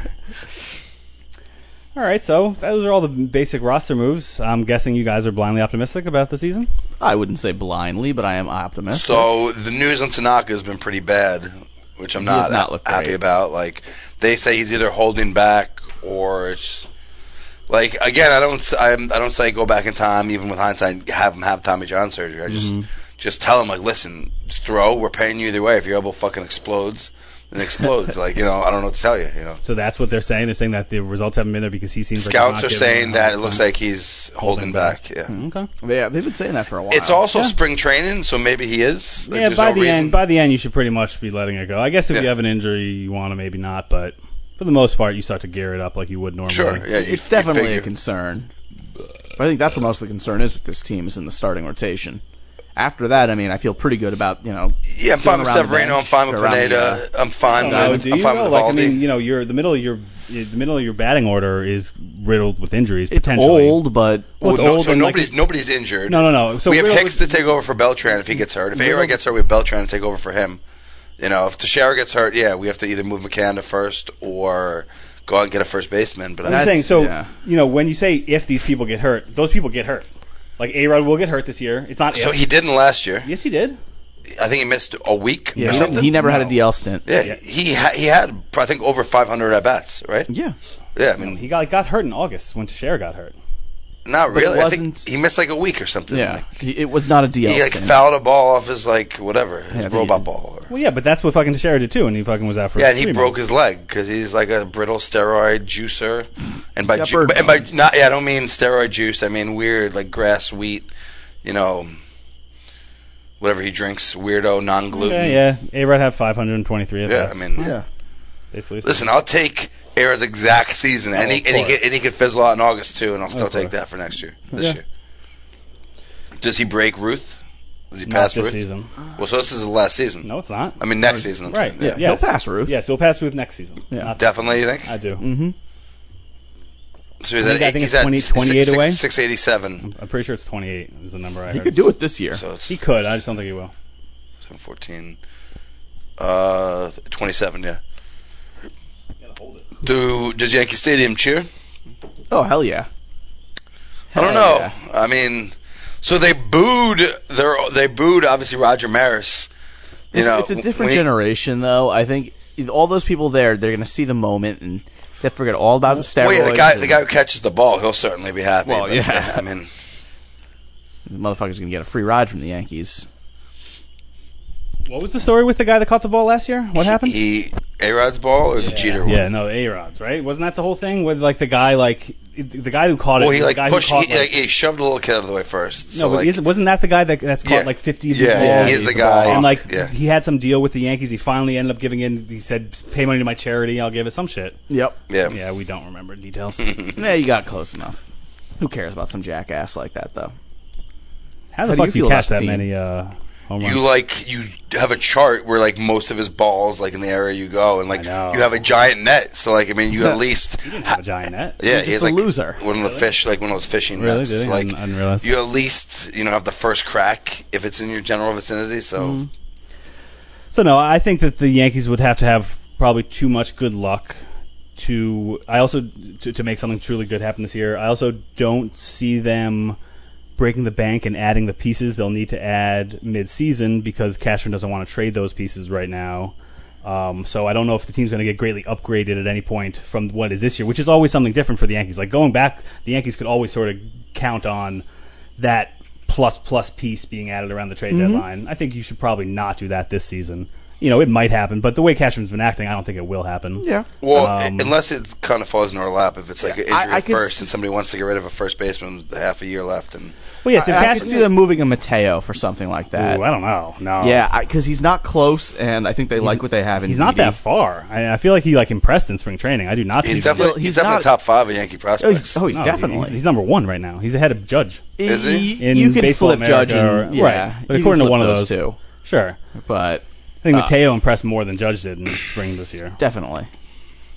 Speaker 1: All right, so those are all the basic roster moves. I'm guessing you guys are blindly optimistic about the season.
Speaker 2: I wouldn't say blindly, but I am optimistic.
Speaker 3: so the news on Tanaka has been pretty bad, which I'm
Speaker 2: He has
Speaker 3: not,
Speaker 2: not looked
Speaker 3: happy
Speaker 2: great.
Speaker 3: about. Like they say he's either holding back or it's like again. I don't. s- I'm, I don't say go back in time. Even with hindsight, have him have Tommy John surgery. I
Speaker 1: Mm-hmm.
Speaker 3: just
Speaker 2: Mhm.
Speaker 3: just tell him like, listen, just throw. We're paying you either way. If your elbow fucking explodes, then it explodes. like you know, I don't know what to tell you. You know.
Speaker 1: So that's what they're saying. They're saying that the results haven't been there because he seems like
Speaker 3: Scouts
Speaker 1: not
Speaker 3: are
Speaker 1: giving
Speaker 3: saying that it
Speaker 1: 100%.
Speaker 3: looks like he's holding
Speaker 1: Holding back.
Speaker 3: back. Yeah.
Speaker 1: Mm, Okay.
Speaker 2: yeah, they've been saying that for a while.
Speaker 3: It's also
Speaker 1: Yeah.
Speaker 3: spring training, so maybe he is. Like,
Speaker 1: yeah,
Speaker 3: there's
Speaker 1: by
Speaker 3: no
Speaker 1: the
Speaker 3: reason.
Speaker 1: end, by the end, you should pretty much be letting it go. I guess if you
Speaker 3: Yeah.
Speaker 1: have an injury, you want to maybe not, but for the most part, you start to gear it up like you would normally.
Speaker 3: sure. Yeah, you,
Speaker 2: it's
Speaker 3: you
Speaker 2: definitely
Speaker 3: figure.
Speaker 2: a concern. But I think that's what most of the concern is with this team is in the starting rotation. After that, I mean, I feel pretty good about you know.
Speaker 3: Yeah, I'm fine with
Speaker 2: around the
Speaker 3: Severino. I'm
Speaker 2: bench,
Speaker 3: fine with
Speaker 2: around the, uh,
Speaker 3: Pineda. I'm
Speaker 1: I
Speaker 3: fine
Speaker 1: don't know,
Speaker 3: with
Speaker 1: do you
Speaker 3: I'm fine
Speaker 1: know?
Speaker 3: with
Speaker 1: Like, I
Speaker 3: Valdi.
Speaker 1: mean, you know, you're the middle of your the middle of your batting order is riddled with injuries
Speaker 2: It's
Speaker 1: potentially.
Speaker 2: old, but
Speaker 1: Well, it's
Speaker 3: Well, no,
Speaker 1: old
Speaker 3: so
Speaker 1: and, like,
Speaker 3: nobody's nobody's injured.
Speaker 1: No, no, no. So
Speaker 3: we have
Speaker 1: riddled
Speaker 3: Hicks
Speaker 1: with-
Speaker 3: to take over for Beltran if he gets hurt. If Aira
Speaker 1: Riddle-
Speaker 3: gets hurt, we have Beltran to take over for him. You know, if Teixeira gets hurt, yeah, we have to either move McCann to first or go out and get a first baseman. But
Speaker 1: I'm
Speaker 3: I,
Speaker 2: That's-
Speaker 1: saying so.
Speaker 2: yeah.
Speaker 1: You know, when you say if these people get hurt, those people get hurt. Like A Rod will get hurt this year. It's not
Speaker 3: so
Speaker 1: if.
Speaker 3: he didn't last year.
Speaker 1: yes, he did.
Speaker 3: I think he missed a week
Speaker 1: Yeah,
Speaker 3: or
Speaker 1: he
Speaker 2: he,
Speaker 1: didn't-
Speaker 3: something.
Speaker 2: he never had a
Speaker 1: No.
Speaker 2: DL stint.
Speaker 3: yeah,
Speaker 1: Yeah.
Speaker 3: he ha- he had I think over 500 at bats, right?
Speaker 2: Yeah,
Speaker 3: Yeah, I mean,
Speaker 1: He got got hurt in August when Teixeira got hurt.
Speaker 3: Not
Speaker 2: But it
Speaker 3: really. I think
Speaker 2: wasn't-
Speaker 3: he missed like a week or something.
Speaker 2: yeah.
Speaker 3: Like,
Speaker 2: He- it was not a DL
Speaker 3: he like
Speaker 2: stint.
Speaker 3: fouled a ball off his like whatever
Speaker 2: Yeah, I
Speaker 3: his
Speaker 2: think
Speaker 3: robot
Speaker 2: he-
Speaker 3: ball. Or,
Speaker 1: Well, yeah, but that's what fucking Teixeira did too, and he fucking was out for.
Speaker 3: yeah, and he
Speaker 1: three
Speaker 3: broke
Speaker 1: months.
Speaker 3: his leg because he's like a brittle steroid juicer. And by
Speaker 2: Got
Speaker 3: ju-
Speaker 2: bird
Speaker 3: and by
Speaker 2: bones.
Speaker 3: not yeah, I don't mean steroid juice. I mean weird like grass wheat, you know, whatever he drinks, weirdo non gluten.
Speaker 1: Yeah, yeah. A Rod had 523. at
Speaker 3: Yeah, I
Speaker 1: bats.
Speaker 3: mean,
Speaker 1: basically.
Speaker 3: listen, I'll take Aaron's exact season, and
Speaker 1: Oh,
Speaker 3: he
Speaker 1: of
Speaker 3: and he,
Speaker 1: course. Oh,
Speaker 3: could, and he could fizzle out in August too, and I'll still
Speaker 1: Of
Speaker 3: take
Speaker 1: course.
Speaker 3: that for next year. This
Speaker 1: Yeah.
Speaker 3: year, does he break Ruth? Does he
Speaker 1: Not
Speaker 3: pass
Speaker 1: this
Speaker 3: Ruth?
Speaker 1: season.
Speaker 3: Well, so this is the last season.
Speaker 1: No, it's not.
Speaker 3: I mean, next season. I'm
Speaker 1: Right.
Speaker 3: saying,
Speaker 1: Yeah.
Speaker 3: yeah.
Speaker 1: Yes.
Speaker 2: He'll pass Ruth.
Speaker 1: Yes, he'll pass Ruth next season.
Speaker 2: Yeah.
Speaker 1: Not-
Speaker 3: Definitely, you think?
Speaker 1: I do.
Speaker 2: Mm-hmm.
Speaker 3: So he's
Speaker 1: I
Speaker 3: at,
Speaker 1: think- I think it's
Speaker 3: he's at
Speaker 1: 20
Speaker 3: six-
Speaker 1: 28
Speaker 3: six-
Speaker 1: away.
Speaker 3: 687.
Speaker 1: I'm pretty sure it's 28 is the number I
Speaker 2: He
Speaker 1: heard.
Speaker 2: could do it this year.
Speaker 3: So it's
Speaker 1: He could. I just don't think he will.
Speaker 3: 14. Uh, 27, yeah. Do does Yankee Stadium cheer?
Speaker 2: Oh hell yeah.
Speaker 3: I
Speaker 2: Hell
Speaker 3: don't know.
Speaker 2: yeah.
Speaker 3: I mean, so they booed their they booed obviously Roger Maris. You
Speaker 2: It's,
Speaker 3: know,
Speaker 2: it's a different
Speaker 3: when-
Speaker 2: generation though. I think all those people there, they're gonna see the moment and they forget all about the steroids.
Speaker 3: Well, yeah, the guy
Speaker 2: and
Speaker 3: the guy who catches the ball, he'll certainly be happy.
Speaker 2: Well,
Speaker 3: but,
Speaker 2: yeah.
Speaker 3: I mean,
Speaker 2: the motherfucker's gonna get a free ride from the Yankees.
Speaker 1: What was the story with the guy that caught the ball last year? What happened?
Speaker 3: He A Rod's ball or the Jeter one?
Speaker 1: Yeah, no, A Rod's right. Wasn't that the whole thing with like the guy like the guy who caught it?
Speaker 3: Well, he
Speaker 1: the
Speaker 3: like
Speaker 1: guy
Speaker 3: pushed.
Speaker 1: who caught,
Speaker 3: he, like, he shoved a little kid out of the way first.
Speaker 1: no,
Speaker 3: so,
Speaker 1: but
Speaker 3: like,
Speaker 1: isn't, wasn't that the guy that that's caught
Speaker 3: Yeah.
Speaker 1: like 50 of these
Speaker 3: Yeah,
Speaker 1: balls?
Speaker 3: yeah, he's the guy.
Speaker 1: And like
Speaker 3: Yeah.
Speaker 1: he had some deal with the Yankees. He finally ended up giving in. He said, "Pay money to my charity. I'll give it some shit."
Speaker 2: Yep.
Speaker 3: yeah. Hmm.
Speaker 1: Yeah, we don't remember details.
Speaker 2: Yeah, you got close enough. Who cares about some jackass like that though?
Speaker 1: How the
Speaker 2: How do
Speaker 1: fuck
Speaker 2: you
Speaker 1: do you
Speaker 2: feel
Speaker 1: catch
Speaker 2: about
Speaker 1: that
Speaker 2: the team?
Speaker 1: many uh, home runs?
Speaker 3: you like you have a chart where like most of his balls like in the area you go and like
Speaker 1: I know.
Speaker 3: you have a giant net so like I mean you at least
Speaker 1: he didn't have a giant net.
Speaker 3: yeah
Speaker 2: He's
Speaker 3: he has
Speaker 2: just a
Speaker 3: like
Speaker 2: loser.
Speaker 3: one of the fish like one of those fishing
Speaker 1: Really?
Speaker 3: nets
Speaker 1: Did he?
Speaker 3: So, like
Speaker 1: I didn't realize.
Speaker 3: you at least you know have the first crack if it's in your general vicinity so
Speaker 1: Mm-hmm.
Speaker 2: Mhm.
Speaker 1: So no, I think that the Yankees would have to have probably too much good luck to I also to, to make something truly good happen this year. I also don't see them breaking the bank and adding the pieces they'll need to add mid-season because Cashman doesn't want to trade those pieces right now. Um, so I don't know if the team's going to get greatly upgraded at any point from what is this year, which is always something different for the Yankees. Like going back, the Yankees could always sort of count on that plus plus piece being added around the trade deadline. I think you should probably not do that this season. You know, it might happen, but the way Cashman's been acting, I don't think it will happen.
Speaker 2: Yeah.
Speaker 3: well
Speaker 1: Um,
Speaker 3: unless it kind of falls in our lap if it's like an
Speaker 2: I-
Speaker 3: injury
Speaker 2: I
Speaker 3: at
Speaker 2: could
Speaker 3: first
Speaker 2: s-
Speaker 3: and somebody wants to get rid of a first baseman with half a year left and
Speaker 1: Well, yes, if
Speaker 2: I, I
Speaker 1: Cashman,
Speaker 2: could see them moving a Mateo for something like that.
Speaker 1: Ooh, I don't know. No.
Speaker 2: yeah, because he's not close, and I think they like what they have. In
Speaker 1: He's not
Speaker 2: Didi.
Speaker 1: that far. I, I feel like he like impressed in spring training. I do not.
Speaker 3: he's
Speaker 1: see
Speaker 3: definitely
Speaker 2: still-
Speaker 3: he's,
Speaker 2: he's
Speaker 3: definitely
Speaker 2: not-
Speaker 3: top five of Yankee
Speaker 2: Oh,
Speaker 3: prospects
Speaker 2: he's, oh, he's
Speaker 1: No,
Speaker 2: definitely.
Speaker 1: He's, he's number one right now. He's ahead of Judge.
Speaker 3: Is he?
Speaker 2: You-
Speaker 1: In
Speaker 2: you can
Speaker 1: Baseball
Speaker 2: flip
Speaker 1: America
Speaker 2: Judge, and,
Speaker 1: or-
Speaker 2: yeah,
Speaker 1: right. But
Speaker 2: you
Speaker 1: according to
Speaker 2: can flip
Speaker 1: one of
Speaker 2: those
Speaker 1: those-
Speaker 2: two,
Speaker 1: Sure.
Speaker 2: but
Speaker 1: I think
Speaker 2: Uh,
Speaker 1: Mateo impressed more than Judge did in spring this year.
Speaker 2: definitely.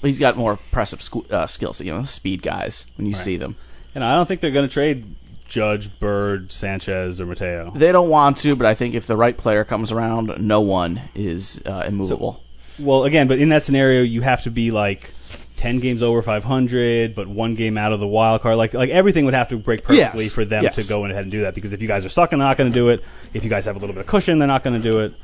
Speaker 2: But he's got more impressive squ- uh, skills, you know, speed guys when you
Speaker 1: Right.
Speaker 2: see them.
Speaker 1: And I don't think they're going to trade Judge, Bird, Sanchez, or Mateo.
Speaker 2: They don't want to, but I think if the right player comes around, no one is uh, immovable.
Speaker 1: Well, again, but in that scenario, you have to be like ten games over 500, but one game out of the wild card. Like like everything would have to break perfectly
Speaker 4: Yes,
Speaker 1: for them
Speaker 4: yes.
Speaker 1: to go ahead and do that. Because if you guys are sucking, they're not going to do it. If you guys have a little bit of cushion, they're not going to do it.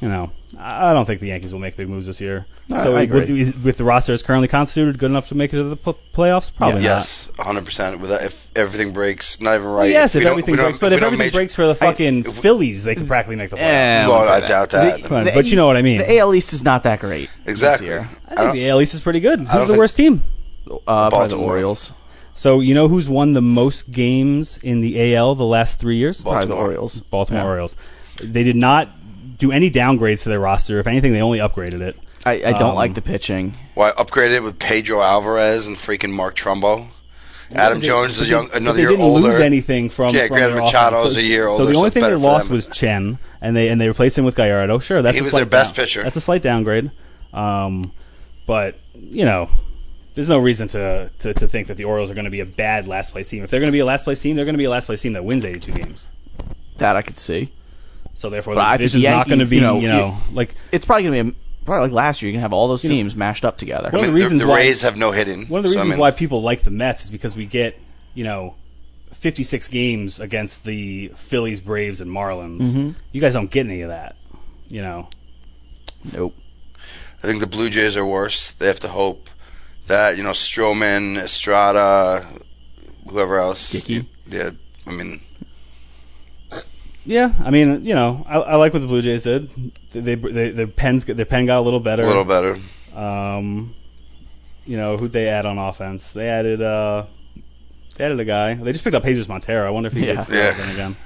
Speaker 1: You know, I I don't think the Yankees will make big moves this year.
Speaker 2: No,
Speaker 1: so
Speaker 2: I
Speaker 1: it- with-
Speaker 2: agree.
Speaker 1: With, the roster as currently constituted, good enough to make it to the pl- playoffs? Probably not.
Speaker 3: Yes, 100%. With that, if everything breaks, not even right.
Speaker 1: yes, if
Speaker 3: we don't-
Speaker 1: everything
Speaker 3: we don't-
Speaker 1: breaks, but
Speaker 3: we
Speaker 1: if
Speaker 3: don't
Speaker 1: everything
Speaker 3: major-
Speaker 1: breaks for the fucking
Speaker 3: if we-
Speaker 1: Phillies, they could practically make the playoffs.
Speaker 2: Eh,
Speaker 3: Well,
Speaker 2: wouldn't say
Speaker 3: I
Speaker 2: that.
Speaker 3: doubt that.
Speaker 1: The- But you know what I mean.
Speaker 2: The AL East is not that great. this
Speaker 3: exactly.
Speaker 2: year.
Speaker 1: I
Speaker 3: I
Speaker 1: think
Speaker 3: don't-
Speaker 1: the AL East is pretty good. Who's
Speaker 3: don't
Speaker 1: the
Speaker 3: think-
Speaker 1: worst team?
Speaker 2: Uh, probably the
Speaker 3: Baltimore.
Speaker 2: Orioles.
Speaker 1: So you know who's won the most games in the AL the last three years?
Speaker 2: Probably the
Speaker 3: Baltimore.
Speaker 2: Orioles.
Speaker 1: Baltimore
Speaker 2: Yeah.
Speaker 1: Orioles. They did not do any downgrades to their roster. If anything, they only upgraded it.
Speaker 2: I, I don't
Speaker 1: Um,
Speaker 2: like the pitching.
Speaker 3: Well, I upgraded with Pedro Alvarez and freaking Mark Trumbo. Adam
Speaker 1: They-
Speaker 3: Jones
Speaker 1: but
Speaker 3: is
Speaker 1: they-
Speaker 3: young,
Speaker 1: but
Speaker 3: another
Speaker 1: they
Speaker 3: year
Speaker 1: didn't
Speaker 3: older.
Speaker 1: lose anything from.
Speaker 3: Yeah,
Speaker 1: from
Speaker 3: Grant
Speaker 1: their
Speaker 3: Machado's
Speaker 1: offense.
Speaker 3: a year
Speaker 1: So
Speaker 3: older,
Speaker 1: the
Speaker 3: so
Speaker 1: only
Speaker 3: it's
Speaker 1: thing they
Speaker 3: better for
Speaker 1: lost
Speaker 3: them.
Speaker 1: was Chen, and they and they replaced him with Gallardo. Sure, that's
Speaker 3: He
Speaker 1: a
Speaker 3: was
Speaker 1: slight
Speaker 3: their best
Speaker 1: down-
Speaker 3: pitcher.
Speaker 1: That's a slight downgrade. Um, but you know, there's no reason to to, to think that the Orioles are going to be a bad last place team. If they're going to be a last place team, they're going to be a last place team that wins 82 games.
Speaker 2: That I could see.
Speaker 1: So therefore,
Speaker 2: But I
Speaker 1: the
Speaker 2: think
Speaker 1: division's
Speaker 2: the
Speaker 1: not going to
Speaker 2: Yankees,
Speaker 1: be
Speaker 2: you know,
Speaker 1: you know like
Speaker 2: It's probably gonna be a, probably like last year. You're gonna have all those teams mashed up together.
Speaker 1: One of
Speaker 3: I mean,
Speaker 1: the reasons
Speaker 3: the,
Speaker 1: why-
Speaker 3: Rays have no hitting.
Speaker 1: One of the
Speaker 3: so, I
Speaker 1: reasons
Speaker 3: mean,
Speaker 1: why people like the Mets is because we get, you know, 56 games against the Phillies, Braves, and Marlins.
Speaker 2: Mhm.
Speaker 1: You guys don't get any of that, you know.
Speaker 2: Nope.
Speaker 3: I think the Blue Jays are worse. They have to hope that you know Stroman, Estrada, whoever else.
Speaker 2: Dickey.
Speaker 3: Yeah, I mean,
Speaker 1: Yeah, I mean, you know, I, I like what the Blue Jays did. They, they, their pens, their pen got a little better.
Speaker 3: a little better.
Speaker 1: Um, you know, who'd they add on offense? They added, uh, they added a guy. They just picked up Jesus Montero. I wonder if he
Speaker 2: Yeah.
Speaker 1: gets
Speaker 3: Yeah.
Speaker 1: yeah. again.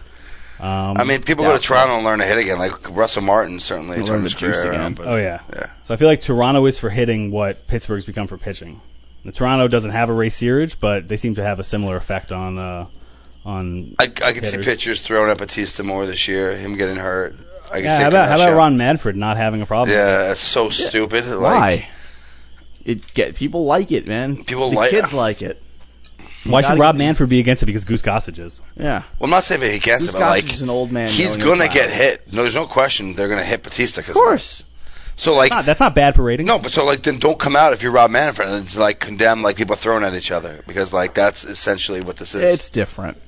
Speaker 1: Um,
Speaker 3: I mean, people go to Toronto and learn to hit again. Like Russell Martin certainly
Speaker 2: Learn
Speaker 3: turned
Speaker 2: to
Speaker 3: his
Speaker 2: juice
Speaker 3: career
Speaker 2: again.
Speaker 3: around. But
Speaker 1: oh yeah.
Speaker 3: yeah.
Speaker 1: So I feel like Toronto is for hitting what Pittsburgh's become for pitching. The Toronto doesn't have a Ray Searage, but they seem to have a similar effect on uh, on.
Speaker 3: I, I could see
Speaker 1: Hitters.
Speaker 3: pitchers throwing at Batista more this year. Him getting hurt. I could
Speaker 1: Yeah,
Speaker 3: see
Speaker 1: how about how about
Speaker 3: Kershaw.
Speaker 1: Ron Manfred not having a problem?
Speaker 3: Yeah, that's so stupid. Like,
Speaker 2: Why? It get people like it, man.
Speaker 3: People
Speaker 2: the
Speaker 3: like-
Speaker 2: kids like it.
Speaker 1: Why should
Speaker 2: Gotta
Speaker 1: Rob
Speaker 2: get-
Speaker 1: Manfred be against it because Goose Gossage is?
Speaker 2: Yeah.
Speaker 3: Well, I'm not saying that he gets
Speaker 2: Who's
Speaker 3: it, but like
Speaker 2: is an old man.
Speaker 3: he's
Speaker 2: going
Speaker 3: gonna
Speaker 2: to
Speaker 3: get hit. No, there's no question they're gonna hit Batista.
Speaker 2: Of course.
Speaker 3: So like,
Speaker 1: Not, that's not bad for ratings.
Speaker 3: no, but so like, then don't come out if you're Rob Manfred and it's like condemn like people throwing at each other because like that's essentially what this is.
Speaker 2: It's different.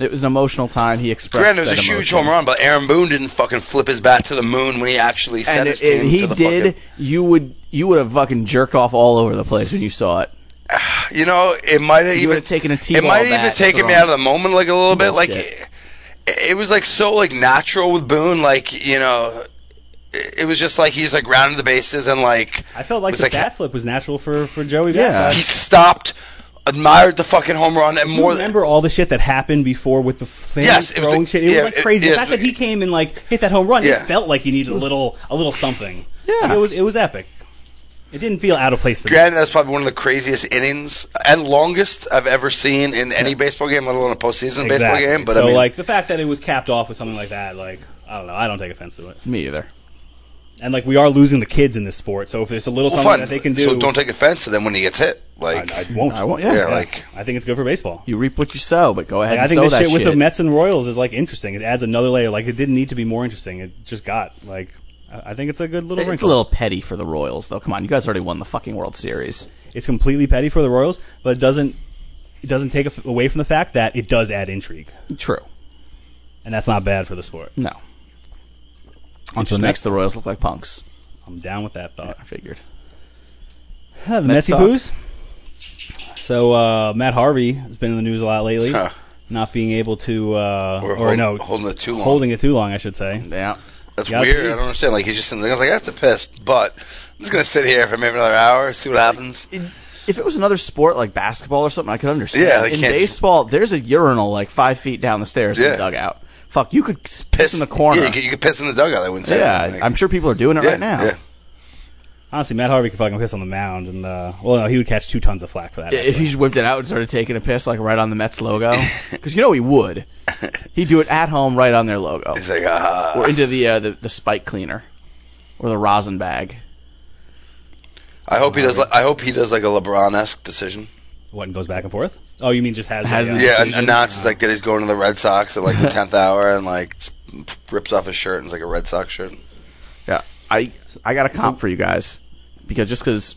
Speaker 2: It was an emotional time. He expressed.
Speaker 3: Granted, it was a
Speaker 2: that
Speaker 3: huge
Speaker 2: emotion.
Speaker 3: home run, but Aaron Boone didn't fucking flip his bat to the moon when he actually sent
Speaker 2: And
Speaker 3: his
Speaker 2: if
Speaker 3: team
Speaker 2: if he
Speaker 3: to the
Speaker 2: did, you would you would have fucking jerked off all over the place when you saw it.
Speaker 3: fucking. You know, it might have
Speaker 2: You
Speaker 3: even
Speaker 2: would have taken a T-ball
Speaker 3: it might have even
Speaker 2: bat
Speaker 3: taken
Speaker 2: thrown.
Speaker 3: me out of the moment like a little bit. Like
Speaker 2: Bullshit.
Speaker 3: it, it was like so like natural with Boone. Like you know, it it was just like he's like rounded the bases and like
Speaker 1: I felt like
Speaker 3: was
Speaker 1: the
Speaker 3: like-
Speaker 1: bat flip was natural for for Joey.
Speaker 2: Yeah.
Speaker 1: Bassett.
Speaker 3: he stopped, admired the fucking home run, and
Speaker 1: Do you
Speaker 3: more.
Speaker 1: remember all the shit that happened before with the fans
Speaker 3: Yes, it was
Speaker 1: throwing
Speaker 3: the-
Speaker 1: shit? It
Speaker 3: yeah,
Speaker 1: was like
Speaker 3: it-
Speaker 1: crazy.
Speaker 3: yes,
Speaker 1: the fact that he came and like hit that home run,
Speaker 3: Yeah.
Speaker 1: it felt like he needed a little a little something.
Speaker 2: Yeah.
Speaker 1: it was it was epic. It didn't feel out of place to me.
Speaker 3: Granted, that's probably one of the craziest innings and longest I've ever seen in any baseball game, let alone a postseason baseball
Speaker 1: Exactly.
Speaker 3: game. But
Speaker 1: so
Speaker 3: I mean,
Speaker 1: like the fact that it was capped off with something like that, like I don't know, I don't take offense to it.
Speaker 2: Me either.
Speaker 1: And like we are losing the kids in this sport, so if there's a little
Speaker 3: well,
Speaker 1: something
Speaker 3: fun.
Speaker 1: that they can do,
Speaker 3: So don't take offense to them when he gets hit.
Speaker 1: I,
Speaker 3: Like,
Speaker 1: I won't.
Speaker 2: I won't.
Speaker 3: yeah,
Speaker 2: Yeah.
Speaker 3: like
Speaker 1: I think it's good for baseball.
Speaker 2: You reap what you sow, but go ahead
Speaker 1: Like, I
Speaker 2: and
Speaker 1: think
Speaker 2: sow
Speaker 1: this
Speaker 2: that
Speaker 1: shit
Speaker 2: shit.
Speaker 1: with the Mets and Royals is like interesting. It adds another layer. Like it didn't need to be more interesting. It just got like I I think it's a good little
Speaker 2: It's a
Speaker 1: wrinkle.
Speaker 2: little petty for the Royals, though. Come on, you guys already won the fucking World Series.
Speaker 1: It's completely petty for the Royals, but it doesn't it doesn't take af- away from the fact that it does add intrigue,
Speaker 2: True.
Speaker 1: and that's not bad for the sport.
Speaker 2: No. On to the
Speaker 1: Interesting.
Speaker 2: next, the Royals look like punks.
Speaker 1: I'm down with that thought.
Speaker 2: I figured.
Speaker 1: Huh, the
Speaker 2: Mets
Speaker 1: messy
Speaker 2: talk.
Speaker 1: poos. So uh, Matt Harvey has been in the news a lot lately,
Speaker 3: Huh.
Speaker 1: not being able to, uh,
Speaker 3: or,
Speaker 1: or,
Speaker 3: hold,
Speaker 1: no,
Speaker 3: holding it too long.
Speaker 1: holding it too long, I should say.
Speaker 2: Yeah.
Speaker 3: That's
Speaker 1: gotta
Speaker 3: weird.
Speaker 1: pee.
Speaker 3: I don't understand. Like he's just sitting there. I was like, I have to piss, but I'm just gonna sit here for maybe another hour, see what happens.
Speaker 2: If it was another sport like basketball or something, I could understand.
Speaker 3: Yeah, they
Speaker 2: in
Speaker 3: can't just-
Speaker 2: baseball, there's a urinal like five feet down the stairs in
Speaker 3: Yeah.
Speaker 2: the dugout. Fuck, you could s- piss,
Speaker 3: Piss
Speaker 2: in the corner.
Speaker 3: Yeah, you could, you could piss in the dugout. I wouldn't say.
Speaker 2: Yeah,
Speaker 3: anything.
Speaker 2: I'm sure people are doing it
Speaker 3: yeah,
Speaker 2: right now.
Speaker 3: Yeah.
Speaker 1: Honestly, Matt Harvey could fucking piss on the mound, and uh, well, no, he would catch two tons of flack for that.
Speaker 2: Yeah, If he
Speaker 1: actually.
Speaker 2: just whipped it out and started taking a piss like right on the Mets logo, because you know he would. He'd do it at home right on their logo,
Speaker 3: He's like, ah.
Speaker 2: or into the uh, the, the spike cleaner, or the rosin bag.
Speaker 3: I hope he does. Like, I hope he does like a LeBron-esque decision.
Speaker 1: what and goes back and forth? Oh, you mean just has,
Speaker 2: Has
Speaker 1: a,
Speaker 2: the-
Speaker 3: Yeah, and
Speaker 2: Decision?
Speaker 3: announces like that he's going to the Red Sox at like the tenth hour, and like s- rips off his shirt and it's like a Red Sox shirt.
Speaker 2: Yeah, I I got a comp for you guys because just because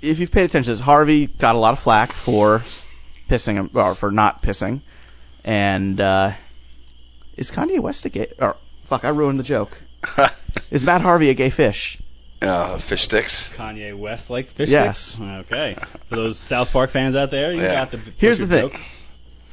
Speaker 2: if you've paid attention, to this, Harvey got a lot of flack for pissing him- or for not pissing, and uh, is Kanye West a gay? Or fuck, I ruined the joke. Is Matt Harvey a gay fish?
Speaker 3: uh, fish sticks.
Speaker 1: Kanye West like fish
Speaker 2: Yes.
Speaker 1: sticks? Okay. For those South Park fans out there, you
Speaker 3: Yeah.
Speaker 1: got the. put
Speaker 2: Here's
Speaker 1: your
Speaker 2: the thing.
Speaker 1: joke.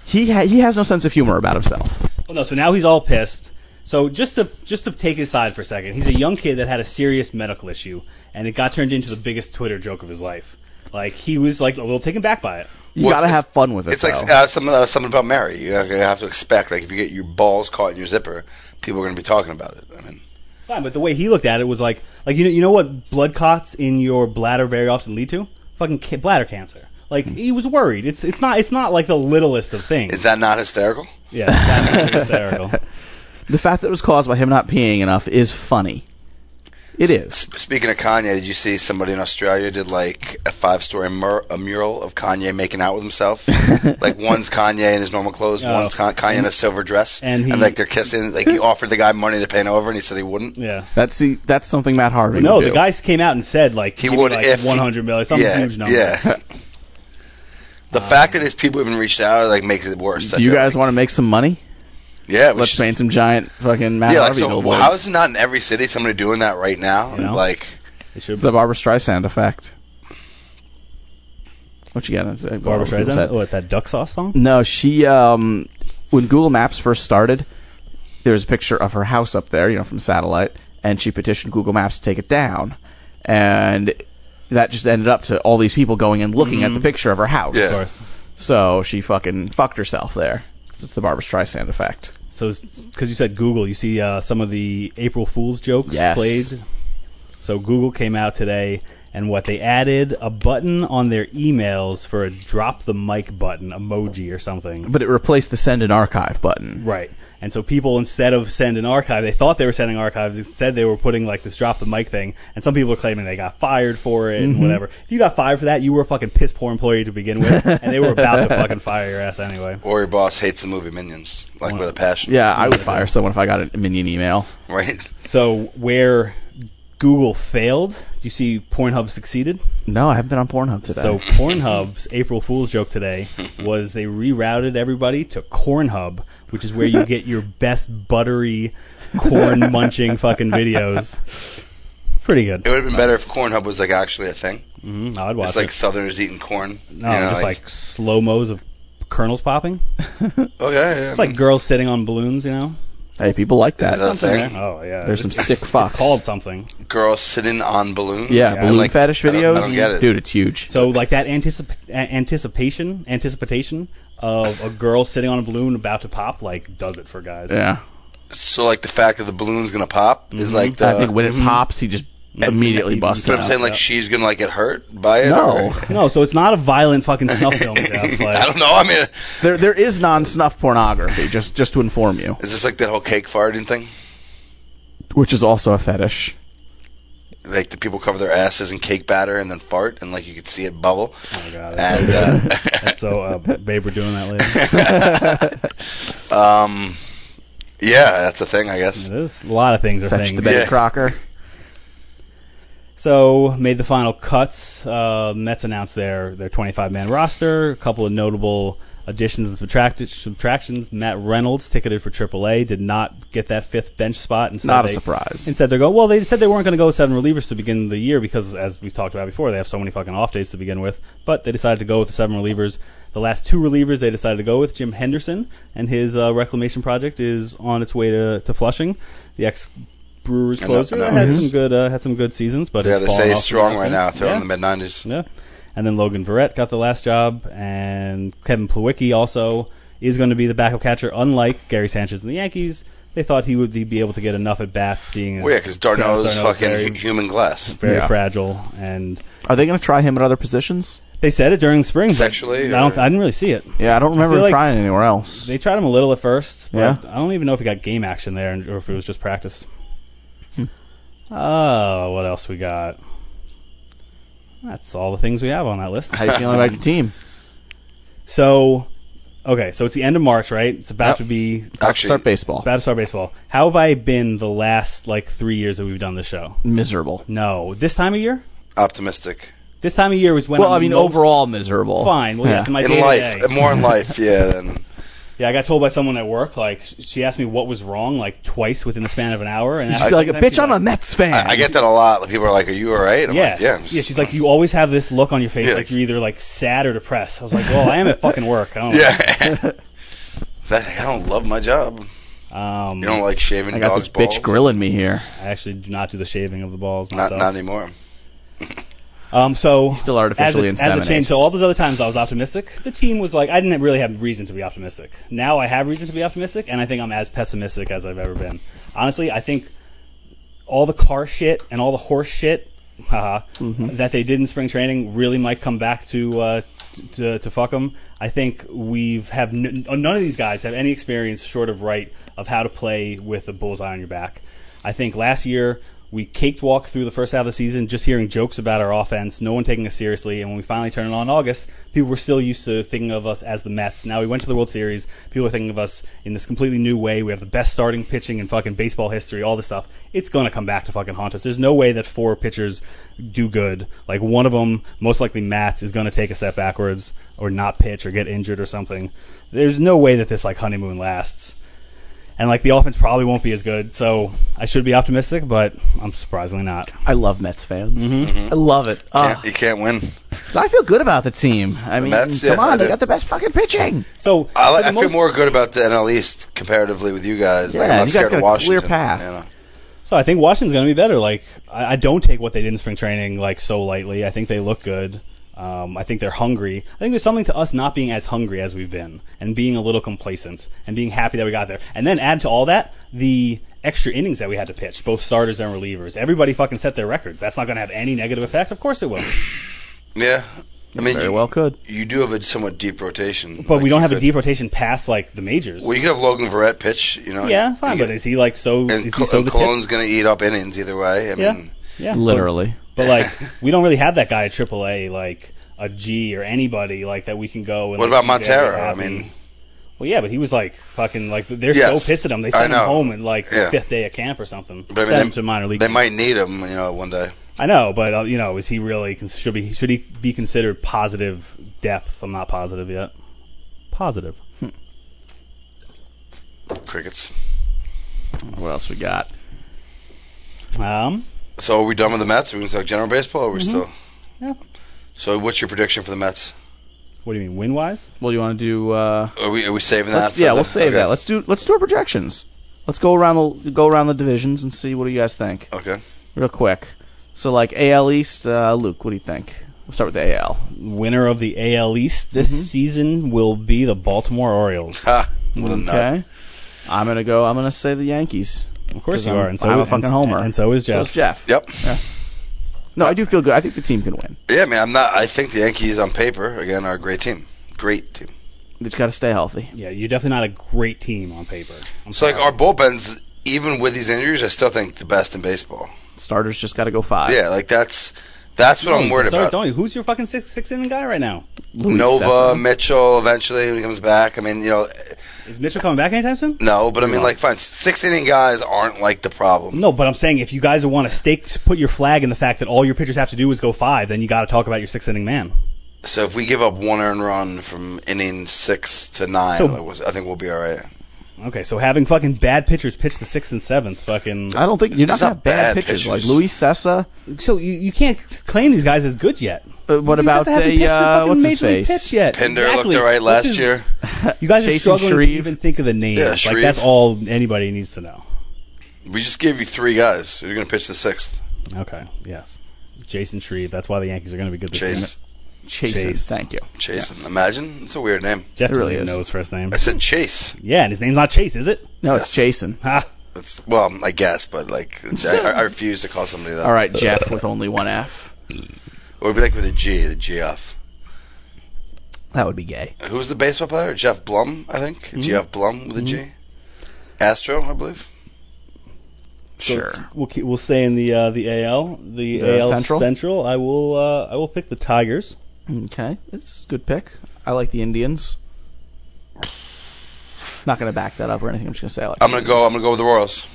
Speaker 2: He ha- he has no sense of humor about himself.
Speaker 1: Well, Oh, no, so now he's all pissed. So just to just to take his side for a second, he's a young kid that had a serious medical issue, and it got turned into the biggest Twitter joke of his life. Like he was like a little taken back by it.
Speaker 2: You
Speaker 3: Well,
Speaker 2: gotta
Speaker 3: it's-
Speaker 2: have fun with it.
Speaker 3: It's like
Speaker 2: though.
Speaker 3: uh, something, uh, something about Mary. You have you have to expect, like, if you get your balls caught in your zipper, people are going to be talking about it. I mean,
Speaker 1: Fine, but the way he looked at it was like like you know you know what blood clots in your bladder very often lead to fucking ca- bladder cancer. Like he was worried. It's it's not it's not like the littlest of
Speaker 2: Mm-hmm.
Speaker 1: things.
Speaker 3: Hmm. is that not hysterical?
Speaker 1: yeah, that's hysterical.
Speaker 2: the fact that it was caused by him not peeing enough is funny. It is.
Speaker 3: S- Speaking of Kanye, did you see somebody in Australia did like a five-story mur- a mural of Kanye making out with himself? like one's Kanye in his normal clothes,
Speaker 1: Oh.
Speaker 3: one's Con- Kanye in a silver dress,
Speaker 1: and
Speaker 3: and,
Speaker 1: he-
Speaker 3: like they're kissing. Like he offered the guy money to paint over, and he said he wouldn't.
Speaker 1: Yeah.
Speaker 2: That's the, that's something Matt Harvey.
Speaker 1: No,
Speaker 2: would
Speaker 1: the
Speaker 2: do.
Speaker 1: guys came out and said like
Speaker 3: He
Speaker 1: give me,
Speaker 3: would
Speaker 1: like
Speaker 3: if he-
Speaker 1: 100 million, some
Speaker 3: yeah,
Speaker 1: huge number.
Speaker 3: yeah. the fact that his people even reached out like makes it worse. I
Speaker 2: Do you
Speaker 3: feel
Speaker 2: guys
Speaker 3: like.
Speaker 2: want to make some money?
Speaker 3: Yeah, we
Speaker 2: Let's
Speaker 3: should-
Speaker 2: paint some giant fucking Matt
Speaker 3: Yeah, like,
Speaker 2: Harvey
Speaker 3: so
Speaker 2: billboards.
Speaker 3: how is it not in every city somebody doing that right now?
Speaker 1: You know?
Speaker 3: Like,
Speaker 1: It should
Speaker 2: It's the Barbara Streisand effect. What you got? It's, uh,
Speaker 1: Barbara
Speaker 2: what was
Speaker 1: Streisand.
Speaker 2: that?
Speaker 1: What that duck sauce song?
Speaker 2: No, she um when Google Maps first started, there was a picture of her house up there, you know, from satellite, and she petitioned Google Maps to take it down. And that just ended up to all these people going and looking at the picture of her house.
Speaker 1: Of
Speaker 3: Mm-hmm. Yeah.
Speaker 1: course.
Speaker 2: So she fucking fucked herself there. It's the Barbara Streisand effect.
Speaker 1: So because you said Google, you see uh, some of the April Fool's jokes
Speaker 2: Yes.
Speaker 1: played. So Google came out today, and what they added a button on their emails for a drop the mic button emoji or something.
Speaker 2: But it replaced the send an archive button.
Speaker 1: Right. And so people, instead of send an archive, they thought they were sending archives. Instead, they were putting like this drop the mic thing. And some people are claiming they got fired for it and whatever. If you got fired for that, you were a fucking piss poor employee to begin with, and they were about to fucking fire your ass anyway.
Speaker 3: or your boss hates the movie Minions, like with a passion.
Speaker 2: Yeah, I would fire someone if I got a minion email.
Speaker 3: Right?
Speaker 1: So where Google failed, do you see Pornhub succeeded?
Speaker 2: No, I haven't been on Pornhub today.
Speaker 1: So Pornhub's April Fool's joke today was they rerouted everybody to Cornhub, which is where you get your best buttery corn munching fucking videos. Pretty good.
Speaker 3: It would have been better if Cornhub was like actually a thing.
Speaker 1: Mm, I'd watch
Speaker 3: It's like
Speaker 1: it.
Speaker 3: Southerners eating corn.
Speaker 1: No, just like, slow mos of kernels popping.
Speaker 3: okay, yeah.
Speaker 1: It's like girls sitting on balloons, you know.
Speaker 2: hey, people like
Speaker 3: Is that
Speaker 2: that.
Speaker 3: a thing?
Speaker 1: Oh yeah.
Speaker 2: There's some
Speaker 1: It's-
Speaker 2: sick fucks.
Speaker 1: It's called something.
Speaker 3: Girls sitting on balloons.
Speaker 2: Yeah,
Speaker 3: I'm
Speaker 2: balloon
Speaker 3: like,
Speaker 2: fetish
Speaker 3: I don't-
Speaker 2: videos.
Speaker 3: I don't get it.
Speaker 2: Dude, it's huge.
Speaker 1: So like that anticip- a- anticipation, anticipation of a girl sitting on a balloon about to pop, like does it for guys.
Speaker 2: Yeah.
Speaker 3: So like the fact that the balloon's gonna pop is like the.
Speaker 2: I think when it pops, he just immediately busts
Speaker 3: so
Speaker 2: it
Speaker 3: I'm
Speaker 2: out.
Speaker 3: saying like she's gonna like get hurt by it.
Speaker 2: No.
Speaker 3: or-
Speaker 1: No, so it's not a violent fucking snuff film. Jeff,
Speaker 3: I
Speaker 1: like,
Speaker 3: don't know. I mean,
Speaker 2: There, there is non-snuff pornography, just just to inform you,
Speaker 3: is this like that whole cake farting thing?
Speaker 2: which is also a fetish.
Speaker 3: Like the people cover their asses in cake batter and then fart, and like you could see it bubble.
Speaker 1: oh god. That's,
Speaker 3: And uh,
Speaker 1: so uh, babe, we're doing that later.
Speaker 3: um, yeah, that's a thing, I guess.
Speaker 1: There's a lot of things are
Speaker 2: Fetch the
Speaker 1: things.
Speaker 2: Betty
Speaker 3: Yeah.
Speaker 2: Crocker.
Speaker 1: So made the final cuts. Uh, Mets announced their their 25 man roster. A couple of notable additions and subtract- subtractions. Matt Reynolds ticketed for AAA did not get that fifth bench spot. Instead
Speaker 2: Not a
Speaker 1: they-
Speaker 2: surprise.
Speaker 1: Instead they're going. Well, they said they weren't going to go with seven relievers to begin the year because, as we talked about before, they have so many fucking off days to begin with. But they decided to go with the seven relievers. The last two relievers they decided to go with Jim Henderson, and his uh, reclamation project is on its way to, to Flushing. The ex Brewers
Speaker 3: And that-
Speaker 1: closer
Speaker 3: that
Speaker 1: had
Speaker 3: was-
Speaker 1: some good uh, had some good seasons, but
Speaker 3: Yeah,
Speaker 1: has
Speaker 3: they
Speaker 1: fallen
Speaker 3: say
Speaker 1: off
Speaker 3: he's strong
Speaker 1: since
Speaker 3: right
Speaker 1: then.
Speaker 3: now, throwing
Speaker 1: yeah.
Speaker 3: in the mid 90s.
Speaker 1: Yeah. And then Logan Verrett got the last job, and Kevin Plawicki also is going to be the backup catcher. Unlike Gary Sanchez and the Yankees, they thought he would be able to get enough at bats, seeing as
Speaker 3: Well, yeah, because Darno is fucking
Speaker 1: very,
Speaker 3: hu- human glass.
Speaker 1: very
Speaker 2: Yeah.
Speaker 1: fragile. And
Speaker 2: Are they going to try him at other positions?
Speaker 1: they said it during spring. but
Speaker 3: Sexually,
Speaker 1: I don't.
Speaker 3: or-
Speaker 1: I didn't really see it.
Speaker 2: Yeah, I don't remember
Speaker 1: feel like-
Speaker 2: him trying anywhere else.
Speaker 1: They tried him a little at first, but
Speaker 2: Yeah.
Speaker 1: I don't even know if he got game action there and- or if it was just practice. Oh, what else we got? That's all the things we have on that list.
Speaker 2: How you feeling about your team?
Speaker 1: So Okay, so it's the end of March, right? It's about
Speaker 2: Yep.
Speaker 1: to be
Speaker 3: Actually,
Speaker 2: Start baseball.
Speaker 1: Battlestar Baseball. How have I been the last like three years that we've done the show?
Speaker 2: Miserable.
Speaker 1: No, this time of year.
Speaker 3: optimistic
Speaker 1: This time of year was when.
Speaker 2: Well,
Speaker 1: I'm
Speaker 2: I mean,
Speaker 1: most
Speaker 2: overall miserable.
Speaker 1: Fine. Well, yes, in my
Speaker 3: in
Speaker 1: day-to-day.
Speaker 3: life, Uh, more in life, yeah. Than
Speaker 1: Yeah, I got told by someone at work. Like, sh- she asked me what was wrong like twice within the span of an hour, and
Speaker 2: You
Speaker 1: I-
Speaker 2: should be like,
Speaker 1: sometimes she's
Speaker 2: bitch, I'm a
Speaker 1: like-
Speaker 2: Mets fan.
Speaker 3: I, I get that a lot. Like, People are like, "Are you all right?" I'm
Speaker 1: Yeah.
Speaker 3: like, "Yeah." I'm
Speaker 1: yeah,
Speaker 3: just-
Speaker 1: she's like, you always have this look on your face,
Speaker 3: Yeah.
Speaker 1: like you're either like sad or depressed. I was like, well, I am at fucking work. I don't
Speaker 3: yeah. It's like, I don't love my job.
Speaker 1: Um,
Speaker 3: You don't like shaving
Speaker 2: I got
Speaker 3: dogs'
Speaker 2: this bitch
Speaker 3: balls.
Speaker 2: grilling me here.
Speaker 1: I actually do not do the shaving of the balls
Speaker 3: Not,
Speaker 1: myself.
Speaker 3: not anymore.
Speaker 1: um, so
Speaker 2: Still
Speaker 1: as
Speaker 2: artificially
Speaker 1: a, as a change,
Speaker 2: inseminates.
Speaker 1: so all those other times I was optimistic. The team was like, I didn't really have reason to be optimistic. Now I have reason to be optimistic, and I think I'm as pessimistic as I've ever been. Honestly, I think all the car shit and all the horse shit haha, that they did in spring training really might come back to uh, t- to, to fuck them. I think we've have n- none of these guys have any experience short of right of how to play with a bullseye on your back. I think last year we caked walk through the first half of the season, just hearing jokes about our offense, no one taking us seriously. And when we finally turned it on in August, people were still used to thinking of us as the Mets. Now we went to the World Series, people are thinking of us in this completely new way. We have the best starting pitching in fucking baseball history, all this stuff. It's gonna come back to fucking haunt us. There's no way that four pitchers do good. Like one of them, most likely Matts, is gonna take a step backwards or not pitch or get injured or something. There's no way that this like honeymoon lasts and like the offense probably won't be as good. So I should be optimistic, but I'm surprisingly not.
Speaker 2: I love Mets fans.
Speaker 1: Mm-hmm.
Speaker 2: I love it.
Speaker 3: Can't-
Speaker 2: Uh,
Speaker 3: you can't win.
Speaker 2: I feel good about the team. I mean,
Speaker 3: Mets,
Speaker 2: come
Speaker 3: yeah, I
Speaker 2: on, they
Speaker 3: do.
Speaker 2: got the best fucking pitching.
Speaker 1: So
Speaker 3: I,
Speaker 1: for
Speaker 3: like,
Speaker 1: the
Speaker 3: I feel
Speaker 1: most-
Speaker 3: more good about the NL East comparatively with you guys. like,
Speaker 2: Yeah,
Speaker 3: I'm
Speaker 2: you
Speaker 3: not
Speaker 2: guys
Speaker 3: scared
Speaker 2: got a
Speaker 3: of Washington.
Speaker 2: clear path.
Speaker 3: you know.
Speaker 1: So I think Washington's going to be better. Like I, I don't take what they did in spring training like so lightly. I think they look good. Um, I think they're hungry. I think there's something to us not being as hungry as we've been and being a little complacent and being happy that we got there. And then add to all that the extra innings that we had to pitch, both starters and relievers. Everybody fucking set their records. That's not going to have any negative effect. Of course it will.
Speaker 3: Yeah. I mean,
Speaker 2: Very
Speaker 3: you,
Speaker 2: well could.
Speaker 3: you do have a somewhat deep rotation.
Speaker 1: But we don't have
Speaker 3: you
Speaker 1: a
Speaker 3: could-
Speaker 1: deep rotation past like the majors.
Speaker 3: Well, you could have Logan Verrett pitch. You know.
Speaker 1: Yeah,
Speaker 3: You
Speaker 1: fine,
Speaker 3: could-
Speaker 1: but is he like so?
Speaker 3: and
Speaker 1: is he
Speaker 3: Col-
Speaker 1: so
Speaker 3: and
Speaker 1: the
Speaker 3: Colon's
Speaker 1: tip?
Speaker 3: going to eat up innings either way. I
Speaker 1: Yeah.
Speaker 3: mean,
Speaker 1: Yeah,
Speaker 2: Literally.
Speaker 1: But, but, like, we don't really have that guy at AAA, like a G or anybody like that we can go. And,
Speaker 3: What
Speaker 1: like,
Speaker 3: about
Speaker 1: he's there,
Speaker 3: Montero?
Speaker 1: we're
Speaker 3: I
Speaker 1: happy.
Speaker 3: mean-
Speaker 1: well, yeah, but he was like fucking like they're
Speaker 3: Yes.
Speaker 1: so pissed at him. They
Speaker 3: I
Speaker 1: sent him
Speaker 3: know.
Speaker 1: home in like the
Speaker 3: Yeah.
Speaker 1: fifth day of camp or something.
Speaker 3: But I mean,
Speaker 1: sent
Speaker 3: they-
Speaker 1: him to minor league.
Speaker 3: they might need him. You know, one day.
Speaker 1: I know, but uh, you know, is he really cons- should be should he be considered positive depth? I'm not positive yet. Positive.
Speaker 3: Crickets.
Speaker 2: What else we got?
Speaker 1: Um,
Speaker 3: So are we done with the Mets? Are we going to talk general baseball? Or are we still?
Speaker 1: Yeah.
Speaker 3: So what's your prediction for the Mets?
Speaker 1: what do you mean win wise?
Speaker 2: Well, you want to do? Uh,
Speaker 3: Are we are we saving that?
Speaker 2: let's,
Speaker 3: for
Speaker 2: yeah,
Speaker 3: the-
Speaker 2: we'll save
Speaker 3: okay.
Speaker 2: that. Let's do. Let's do our projections. Let's go around the go around the divisions and see what do you guys think,
Speaker 3: Okay.
Speaker 2: real quick. So like AL East, uh, Luke, what do you think? We'll start with the AL.
Speaker 1: Winner of the AL East this
Speaker 2: Mm-hmm.
Speaker 1: season will be the Baltimore Orioles.
Speaker 3: Ha. What a nut.
Speaker 2: Okay. I'm gonna go. I'm gonna say the Yankees.
Speaker 1: Of course
Speaker 2: 'Cause
Speaker 1: you
Speaker 2: I'm-
Speaker 1: are, and so
Speaker 2: I'm a
Speaker 1: and-
Speaker 2: fucking homer.
Speaker 1: and so is
Speaker 2: So
Speaker 1: Jeff.
Speaker 2: it's Jeff.
Speaker 3: Yep.
Speaker 2: No, I do feel good. I think the team can win.
Speaker 3: Yeah, man. I'm not. I think the Yankees on paper again are a great team. Great team.
Speaker 2: They just got to stay healthy.
Speaker 1: Yeah, you're definitely not a great team on paper. I'm
Speaker 3: So like
Speaker 1: sorry.
Speaker 3: our bullpens, even with these injuries, I still think the best in baseball.
Speaker 2: Starters just got to go five.
Speaker 3: Yeah, like that's that's what I'm worried
Speaker 1: Sorry,
Speaker 3: about.
Speaker 1: don't you? Who's your fucking six six inning guy right now?
Speaker 2: Luis
Speaker 3: Nova
Speaker 2: Sessa.
Speaker 3: Mitchell eventually when he comes back. I mean, you know,
Speaker 1: Is Mitchell coming back anytime soon?
Speaker 3: no, but I mean,
Speaker 2: No.
Speaker 3: like, fine, six inning guys aren't like the problem.
Speaker 1: No, but I'm saying if you guys want to stake, put your flag in the fact that all your pitchers have to do is go five, then you got to talk about your six inning man.
Speaker 3: So if we give up one earned run from inning six to nine,
Speaker 1: So-
Speaker 3: like, was- I think we'll be all right.
Speaker 1: Okay, so having fucking bad pitchers pitch the sixth and seventh, fucking.
Speaker 2: I don't think you're not
Speaker 3: It's
Speaker 2: gonna
Speaker 3: not
Speaker 2: have bad
Speaker 3: bad
Speaker 2: pitchers like
Speaker 3: pitchers.
Speaker 2: Luis Sessa. uh,
Speaker 1: So you, you can't claim these guys as good yet.
Speaker 2: But what
Speaker 1: These
Speaker 2: about
Speaker 1: guys hasn't
Speaker 2: the
Speaker 1: pitched a
Speaker 2: uh,
Speaker 1: fucking
Speaker 2: what's his
Speaker 1: major league
Speaker 2: face?
Speaker 1: pitch yet.
Speaker 3: Pender
Speaker 1: Exactly.
Speaker 3: looked all right
Speaker 1: This
Speaker 3: last
Speaker 1: is-
Speaker 3: year.
Speaker 1: You guys
Speaker 2: Jason
Speaker 1: are struggling
Speaker 2: Shreve.
Speaker 1: to even think of the names.
Speaker 3: Yeah,
Speaker 1: like
Speaker 3: Shreve.
Speaker 1: that's all anybody needs to know.
Speaker 3: We just gave you three guys. You're gonna pitch the sixth.
Speaker 1: Okay. Yes. Jason Shreve. That's why the Yankees are going to be good this season.
Speaker 3: Chase,
Speaker 2: Chase.
Speaker 1: Chase.
Speaker 2: Thank you.
Speaker 3: Chasen. Imagine it's a weird name.
Speaker 1: Jeff
Speaker 2: It
Speaker 1: doesn't
Speaker 2: really
Speaker 1: even
Speaker 2: is.
Speaker 1: know his first name.
Speaker 3: I said Chase.
Speaker 1: Yeah, and his name's not Chase, is it?
Speaker 2: No, it's
Speaker 3: Yes.
Speaker 2: Jason.
Speaker 1: Ha.
Speaker 3: It's well, I guess, but like, I, I refuse to call somebody that.
Speaker 2: All right, Jeff with only one F.
Speaker 3: It would be like with a G, the G off.
Speaker 2: That would be gay.
Speaker 3: Who was the baseball player? Jeff Blum, I think.
Speaker 1: Mm-hmm.
Speaker 3: Jeff Blum with a G. Astro, I believe.
Speaker 2: Sure.
Speaker 1: We'll keep, we'll stay in the uh, the AL, the,
Speaker 2: The
Speaker 1: AL
Speaker 2: Central?
Speaker 1: I will uh, I will pick the Tigers.
Speaker 2: Okay, it's a good pick. I like the Indians. Not gonna back that up or anything. I'm just gonna say I like.
Speaker 3: I'm gonna go. I'm gonna go with the Royals.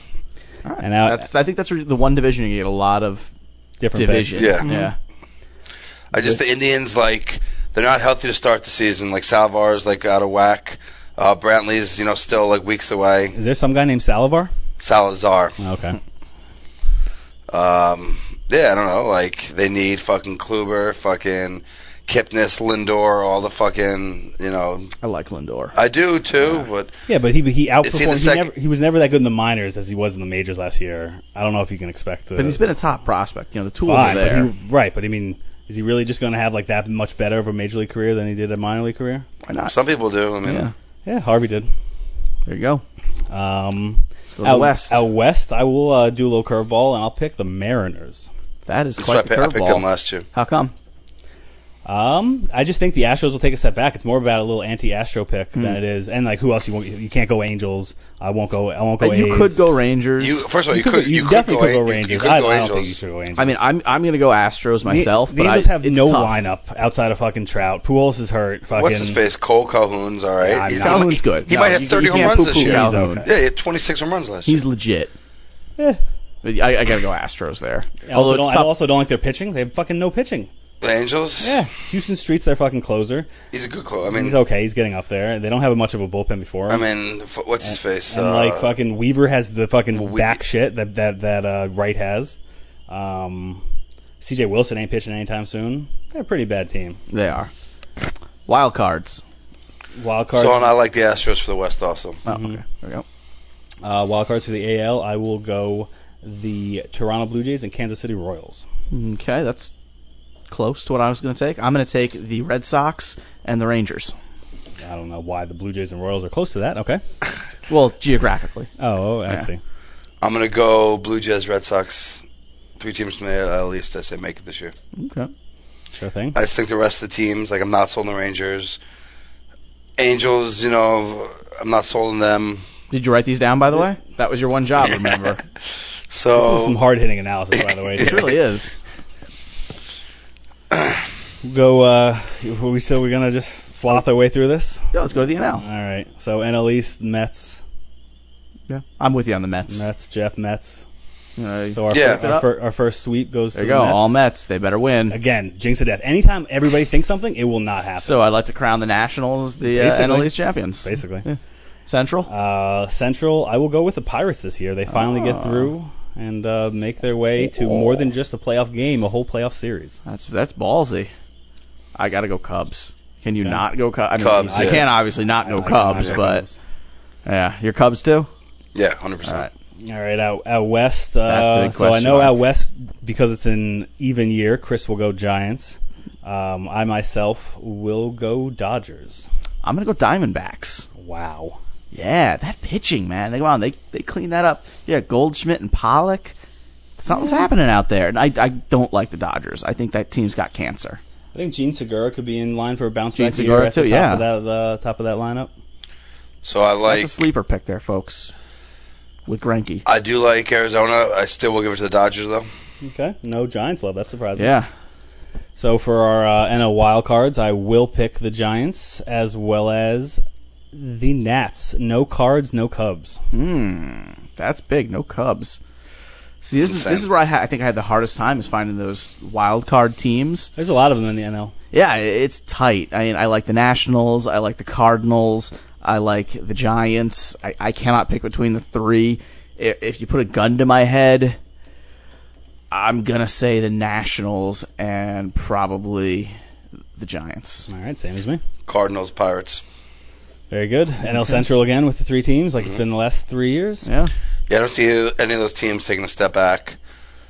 Speaker 2: All right.
Speaker 1: And now-
Speaker 2: that's I think that's the one division you get a lot of
Speaker 1: Different Mm-hmm.
Speaker 2: division.
Speaker 1: picks.
Speaker 3: Yeah.
Speaker 2: Yeah.
Speaker 3: I just the Indians like they're not healthy to start the season. Like Salvar's like out of whack. Uh, Brantley's you know still like weeks away.
Speaker 1: Is there some guy named Salivar?
Speaker 3: Salazar.
Speaker 1: Okay.
Speaker 3: Um, yeah, I don't know. Like they need fucking Kluber, fucking Kipnis, Lindor, all the fucking you know.
Speaker 2: I like Lindor.
Speaker 3: I do too,
Speaker 2: Yeah.
Speaker 3: but
Speaker 1: Yeah, but he he
Speaker 3: Is he the
Speaker 1: outperformed. He,
Speaker 3: sec-
Speaker 1: never, he was never that good in the minors as he was in the majors last year. I don't know if you can expect. To,
Speaker 2: But he's been a top prospect. You know, the tools
Speaker 1: fine,
Speaker 2: are
Speaker 1: but
Speaker 2: there.
Speaker 1: he- right, but I mean, is he really just going to have like that much better of a major league career than he did a minor league career?
Speaker 2: Why not?
Speaker 3: some people do. I mean,
Speaker 2: yeah.
Speaker 1: Yeah, Harvey did.
Speaker 2: There you go.
Speaker 1: Um,
Speaker 2: Let's go to the
Speaker 1: out
Speaker 2: West.
Speaker 1: Out west, I will uh, do a little curveball and I'll pick the Mariners.
Speaker 2: That is
Speaker 3: that's why I,
Speaker 2: quite the
Speaker 3: pi- I picked them
Speaker 2: curveball.
Speaker 3: last year.
Speaker 2: How come?
Speaker 1: Um, I just think the Astros will take a step back. It's more about a little anti-Astro pick
Speaker 2: Hmm.
Speaker 1: than it is, and like who else you won't, you can't go Angels. I won't go. I won't go.
Speaker 2: you
Speaker 1: A's.
Speaker 2: could go Rangers.
Speaker 3: You first of all, you, could,
Speaker 1: you,
Speaker 3: you could
Speaker 1: definitely could
Speaker 3: go,
Speaker 1: go
Speaker 3: An-
Speaker 1: Rangers.
Speaker 3: You, you could
Speaker 1: I,
Speaker 3: go
Speaker 1: I don't
Speaker 3: Angels.
Speaker 1: think you should go Angels.
Speaker 2: I mean, I'm I'm gonna go Astros
Speaker 1: The-
Speaker 2: myself.
Speaker 1: The,
Speaker 2: but
Speaker 1: Angels
Speaker 2: I,
Speaker 1: have
Speaker 2: it's
Speaker 1: no
Speaker 2: tough.
Speaker 1: lineup outside of fucking Trout. Pujols is hurt. Fucking
Speaker 3: What's his face? Cole Calhoun's all right.
Speaker 1: Yeah, I'm
Speaker 3: He's-
Speaker 1: not-
Speaker 2: Calhoun's good.
Speaker 3: He
Speaker 2: No,
Speaker 3: might have
Speaker 2: you- you
Speaker 3: 30 home
Speaker 2: can't
Speaker 3: runs this
Speaker 2: poo-poo
Speaker 3: year.
Speaker 2: Calhoun.
Speaker 1: He's okay.
Speaker 3: Yeah, he had 26 home runs last
Speaker 2: He's
Speaker 3: year.
Speaker 2: legit.
Speaker 1: Eh.
Speaker 2: But I, I gotta go Astros there.
Speaker 1: I also,
Speaker 2: Although
Speaker 1: don't,
Speaker 2: it's
Speaker 1: I
Speaker 2: tough.
Speaker 1: also don't like their pitching. They have fucking no pitching.
Speaker 3: The Angels.
Speaker 1: Houston Street's their fucking closer.
Speaker 3: he's a good club. I mean,
Speaker 1: he's okay. He's getting up there. They don't have much of a bullpen before him.
Speaker 3: I mean, f- what's his face?
Speaker 1: and
Speaker 3: uh,
Speaker 1: like fucking Weaver has the fucking
Speaker 3: We-
Speaker 1: back shit that that that uh, Wright has. Um, C.J. Wilson ain't pitching anytime soon. They're a pretty bad team.
Speaker 2: They are. Wild cards.
Speaker 1: Wild cards.
Speaker 3: so and I like the Astros for the West also.
Speaker 2: Oh,
Speaker 1: Mhm.
Speaker 2: okay. There we go.
Speaker 1: uh, wild cards for the AL. I will go the Toronto Blue Jays and Kansas City Royals.
Speaker 2: Okay, that's close to what I was going to take. I'm going to take the Red Sox and the Rangers.
Speaker 1: I don't know why the Blue Jays and Royals are close to that. Okay.
Speaker 2: Well, geographically.
Speaker 1: Oh, I
Speaker 2: Yeah.
Speaker 1: see.
Speaker 3: I'm gonna go Blue Jays, Red Sox. Three teams from the AL East. I say make it this year.
Speaker 2: Okay.
Speaker 1: Sure thing.
Speaker 3: I just think the rest of the teams, like I'm not sold on the Rangers. Angels, you know, I'm not sold on them.
Speaker 2: Did you write these down, by the way? That was your one job, remember?
Speaker 3: So
Speaker 1: This is some hard hitting analysis, by the way.
Speaker 2: it really is.
Speaker 1: Go. Uh, are we so we're gonna just sloth our way through this.
Speaker 2: Yeah, let's go to the
Speaker 1: All
Speaker 2: NL.
Speaker 1: right. So NL East, Mets,
Speaker 2: Yeah. I'm with you on the Mets.
Speaker 1: Mets, Jeff, Mets.
Speaker 2: Uh,
Speaker 1: So our,
Speaker 3: Yeah.
Speaker 1: fir- our, fir- our first sweep goes
Speaker 2: there
Speaker 1: to
Speaker 2: you go.
Speaker 1: the Mets.
Speaker 2: All Mets. They better win.
Speaker 1: Again, jinx of death. Anytime everybody thinks something, it will not happen.
Speaker 2: So I'd like to crown the Nationals the uh,
Speaker 1: Basically.
Speaker 2: NL East champions.
Speaker 1: basically,
Speaker 2: Yeah. Central.
Speaker 1: uh, Central. I will go with the Pirates this year. They finally
Speaker 2: Ah. Oh.
Speaker 1: get through and uh, make their way to more than just a playoff game, a whole playoff series.
Speaker 2: That's that's ballsy. I got to go Cubs. Can you
Speaker 1: Okay.
Speaker 2: not go Cubs? I mean,
Speaker 3: Cubs,
Speaker 2: I
Speaker 3: yeah.
Speaker 2: can't obviously not go
Speaker 1: I- I-
Speaker 2: Cubs,
Speaker 1: I-
Speaker 2: but yeah, your Cubs too.
Speaker 3: yeah, 100.
Speaker 2: All right.
Speaker 3: percent
Speaker 1: All right, out, out west.
Speaker 2: That's the
Speaker 1: Uh,
Speaker 2: big
Speaker 1: so I
Speaker 2: question
Speaker 1: know
Speaker 2: mark.
Speaker 1: out west because it's an even year. Chris will go Giants. Um, I myself will go Dodgers.
Speaker 2: I'm gonna go Diamondbacks.
Speaker 1: Wow.
Speaker 2: Yeah, that pitching, man. They, come on, they they clean that up. Yeah, Goldschmidt and Pollock. Something's happening out there, and I I don't like the Dodgers. I think that team's got cancer.
Speaker 1: I think Gene Segura could be in line for a bounce
Speaker 2: Gene
Speaker 1: back
Speaker 2: Segura
Speaker 1: year at the
Speaker 2: too,
Speaker 1: top
Speaker 2: yeah.
Speaker 1: of that uh, top of that lineup.
Speaker 3: So I like.
Speaker 2: That's a sleeper pick there, folks. With Greinke.
Speaker 3: I do like Arizona. I still will give it to the Dodgers though.
Speaker 1: Okay. No Giants love. That's surprising.
Speaker 2: Yeah.
Speaker 1: So for our uh, NL wild cards, I will pick the Giants as well as the Nats. No cards, no Cubs.
Speaker 2: Hmm. That's big. No Cubs. See, this is
Speaker 3: Insane.
Speaker 2: this is where I ha- I think I had the hardest time is finding those wild card teams.
Speaker 1: There's a lot of them in the NL.
Speaker 2: Yeah, i- it's tight. I mean, I like the Nationals. I like the Cardinals. I like the Giants. I, I cannot pick between the three. I- If you put a gun to my head, I'm gonna say the Nationals and probably the Giants.
Speaker 1: All right, same as me.
Speaker 3: Cardinals, Pirates.
Speaker 1: Very good. NL Central again with the three teams, like it's been the last three years.
Speaker 2: Mm-hmm. Yeah,
Speaker 3: Yeah, I don't see any of those teams taking a step back.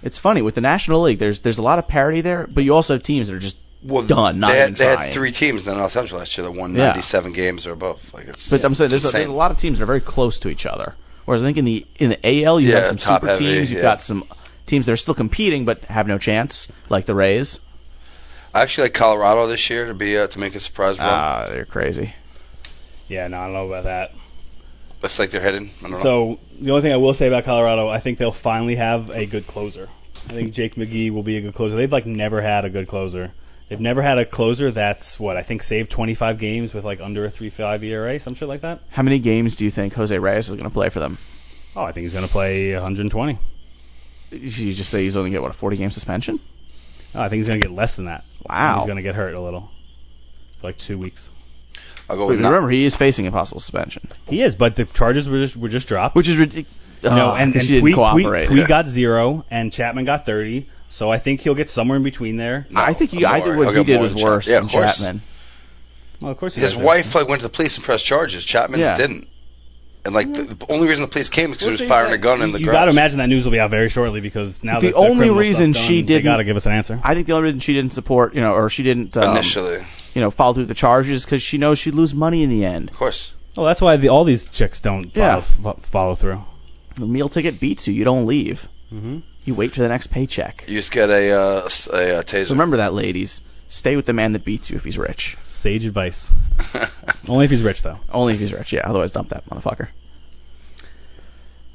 Speaker 2: it's funny with the National League. There's there's a lot of parity there, but you also have teams that are just.
Speaker 3: Well,
Speaker 2: Done, not
Speaker 3: They had,
Speaker 2: even
Speaker 3: they had
Speaker 2: trying.
Speaker 3: three teams in the NL Central last year that won
Speaker 2: Yeah.
Speaker 3: 97 games or above. Like it's.
Speaker 2: But I'm saying there's
Speaker 3: it's
Speaker 2: a, there's a
Speaker 3: insane.
Speaker 2: lot of teams that are very close to each other. Whereas I think in the in the AL you
Speaker 3: Yeah,
Speaker 2: have some
Speaker 3: top
Speaker 2: super
Speaker 3: heavy,
Speaker 2: teams. You've
Speaker 3: yeah.
Speaker 2: got some teams that are still competing but have no chance, like the Rays.
Speaker 3: I actually like Colorado this year to be uh, to make a surprise run.
Speaker 2: Ah, they're crazy.
Speaker 1: Yeah, no, I don't know about that.
Speaker 3: Looks like they're heading. I don't know.
Speaker 1: So the only thing I will say about Colorado, I think they'll finally have a good closer. I think Jake McGee will be a good closer. They've like never had a good closer. They've never had a closer that's what I think saved 25 games with like under a 3.5 ERA, some shit like that.
Speaker 2: How many games do you think Jose Reyes is going to play for them?
Speaker 1: Oh, I think he's gonna play 120.
Speaker 2: You just say he's only going to get what a 40 game suspension?
Speaker 1: Oh, I think he's gonna get less than that. I think
Speaker 2: Wow.
Speaker 1: He's gonna get hurt a little, for like two weeks.
Speaker 3: I'll go
Speaker 2: But
Speaker 3: with not,
Speaker 2: remember, he is facing impossible suspension,
Speaker 1: He is, but the charges were just were just dropped.
Speaker 2: which is ridiculous.
Speaker 1: no, and, and
Speaker 2: she didn't
Speaker 1: Puig, Puig-
Speaker 2: cooperate.
Speaker 1: Puig got zero, and Chapman got 30. So I think he'll get somewhere in between there.
Speaker 3: no,
Speaker 2: I think you, I
Speaker 3: more.
Speaker 2: think what
Speaker 3: I'll
Speaker 2: he
Speaker 3: go
Speaker 2: did
Speaker 3: more
Speaker 2: was
Speaker 3: than Chap-
Speaker 2: worse
Speaker 3: Yeah,
Speaker 2: than
Speaker 3: of course.
Speaker 2: Chapman.
Speaker 1: Well, of course. he
Speaker 3: His
Speaker 1: does.
Speaker 3: wife like went to the police and pressed charges. Chapman's
Speaker 2: Yeah.
Speaker 3: didn't. And like the, the only reason the police came because he was
Speaker 1: What they
Speaker 3: firing
Speaker 1: say?
Speaker 3: a gun
Speaker 1: you,
Speaker 3: in the
Speaker 1: You
Speaker 3: garage.
Speaker 1: gotta imagine that news will be out very shortly because now
Speaker 2: The
Speaker 1: that
Speaker 2: only
Speaker 1: criminal
Speaker 2: reason
Speaker 1: stuff's
Speaker 2: she
Speaker 1: done, they
Speaker 2: didn't-
Speaker 1: gotta give us an answer.
Speaker 2: I think the only reason she didn't support, you know, or she didn't, um,
Speaker 3: Initially, of
Speaker 2: you know, follow through with the charges because she knows she'd lose money in the end.
Speaker 3: course.
Speaker 1: Oh, that's why the, all these chicks don't follow,
Speaker 2: Yeah.
Speaker 1: fo- follow through.
Speaker 2: The meal ticket beats you. You don't leave.
Speaker 3: Mm-hmm.
Speaker 1: hmm
Speaker 2: You wait for the next paycheck.
Speaker 3: You just get a uh, s- a, uh taser.
Speaker 2: So remember that, ladies. Stay with the man that beats you if he's rich.
Speaker 1: Sage advice. Only if he's rich, though.
Speaker 2: Only if he's rich, yeah. Otherwise, dump that motherfucker.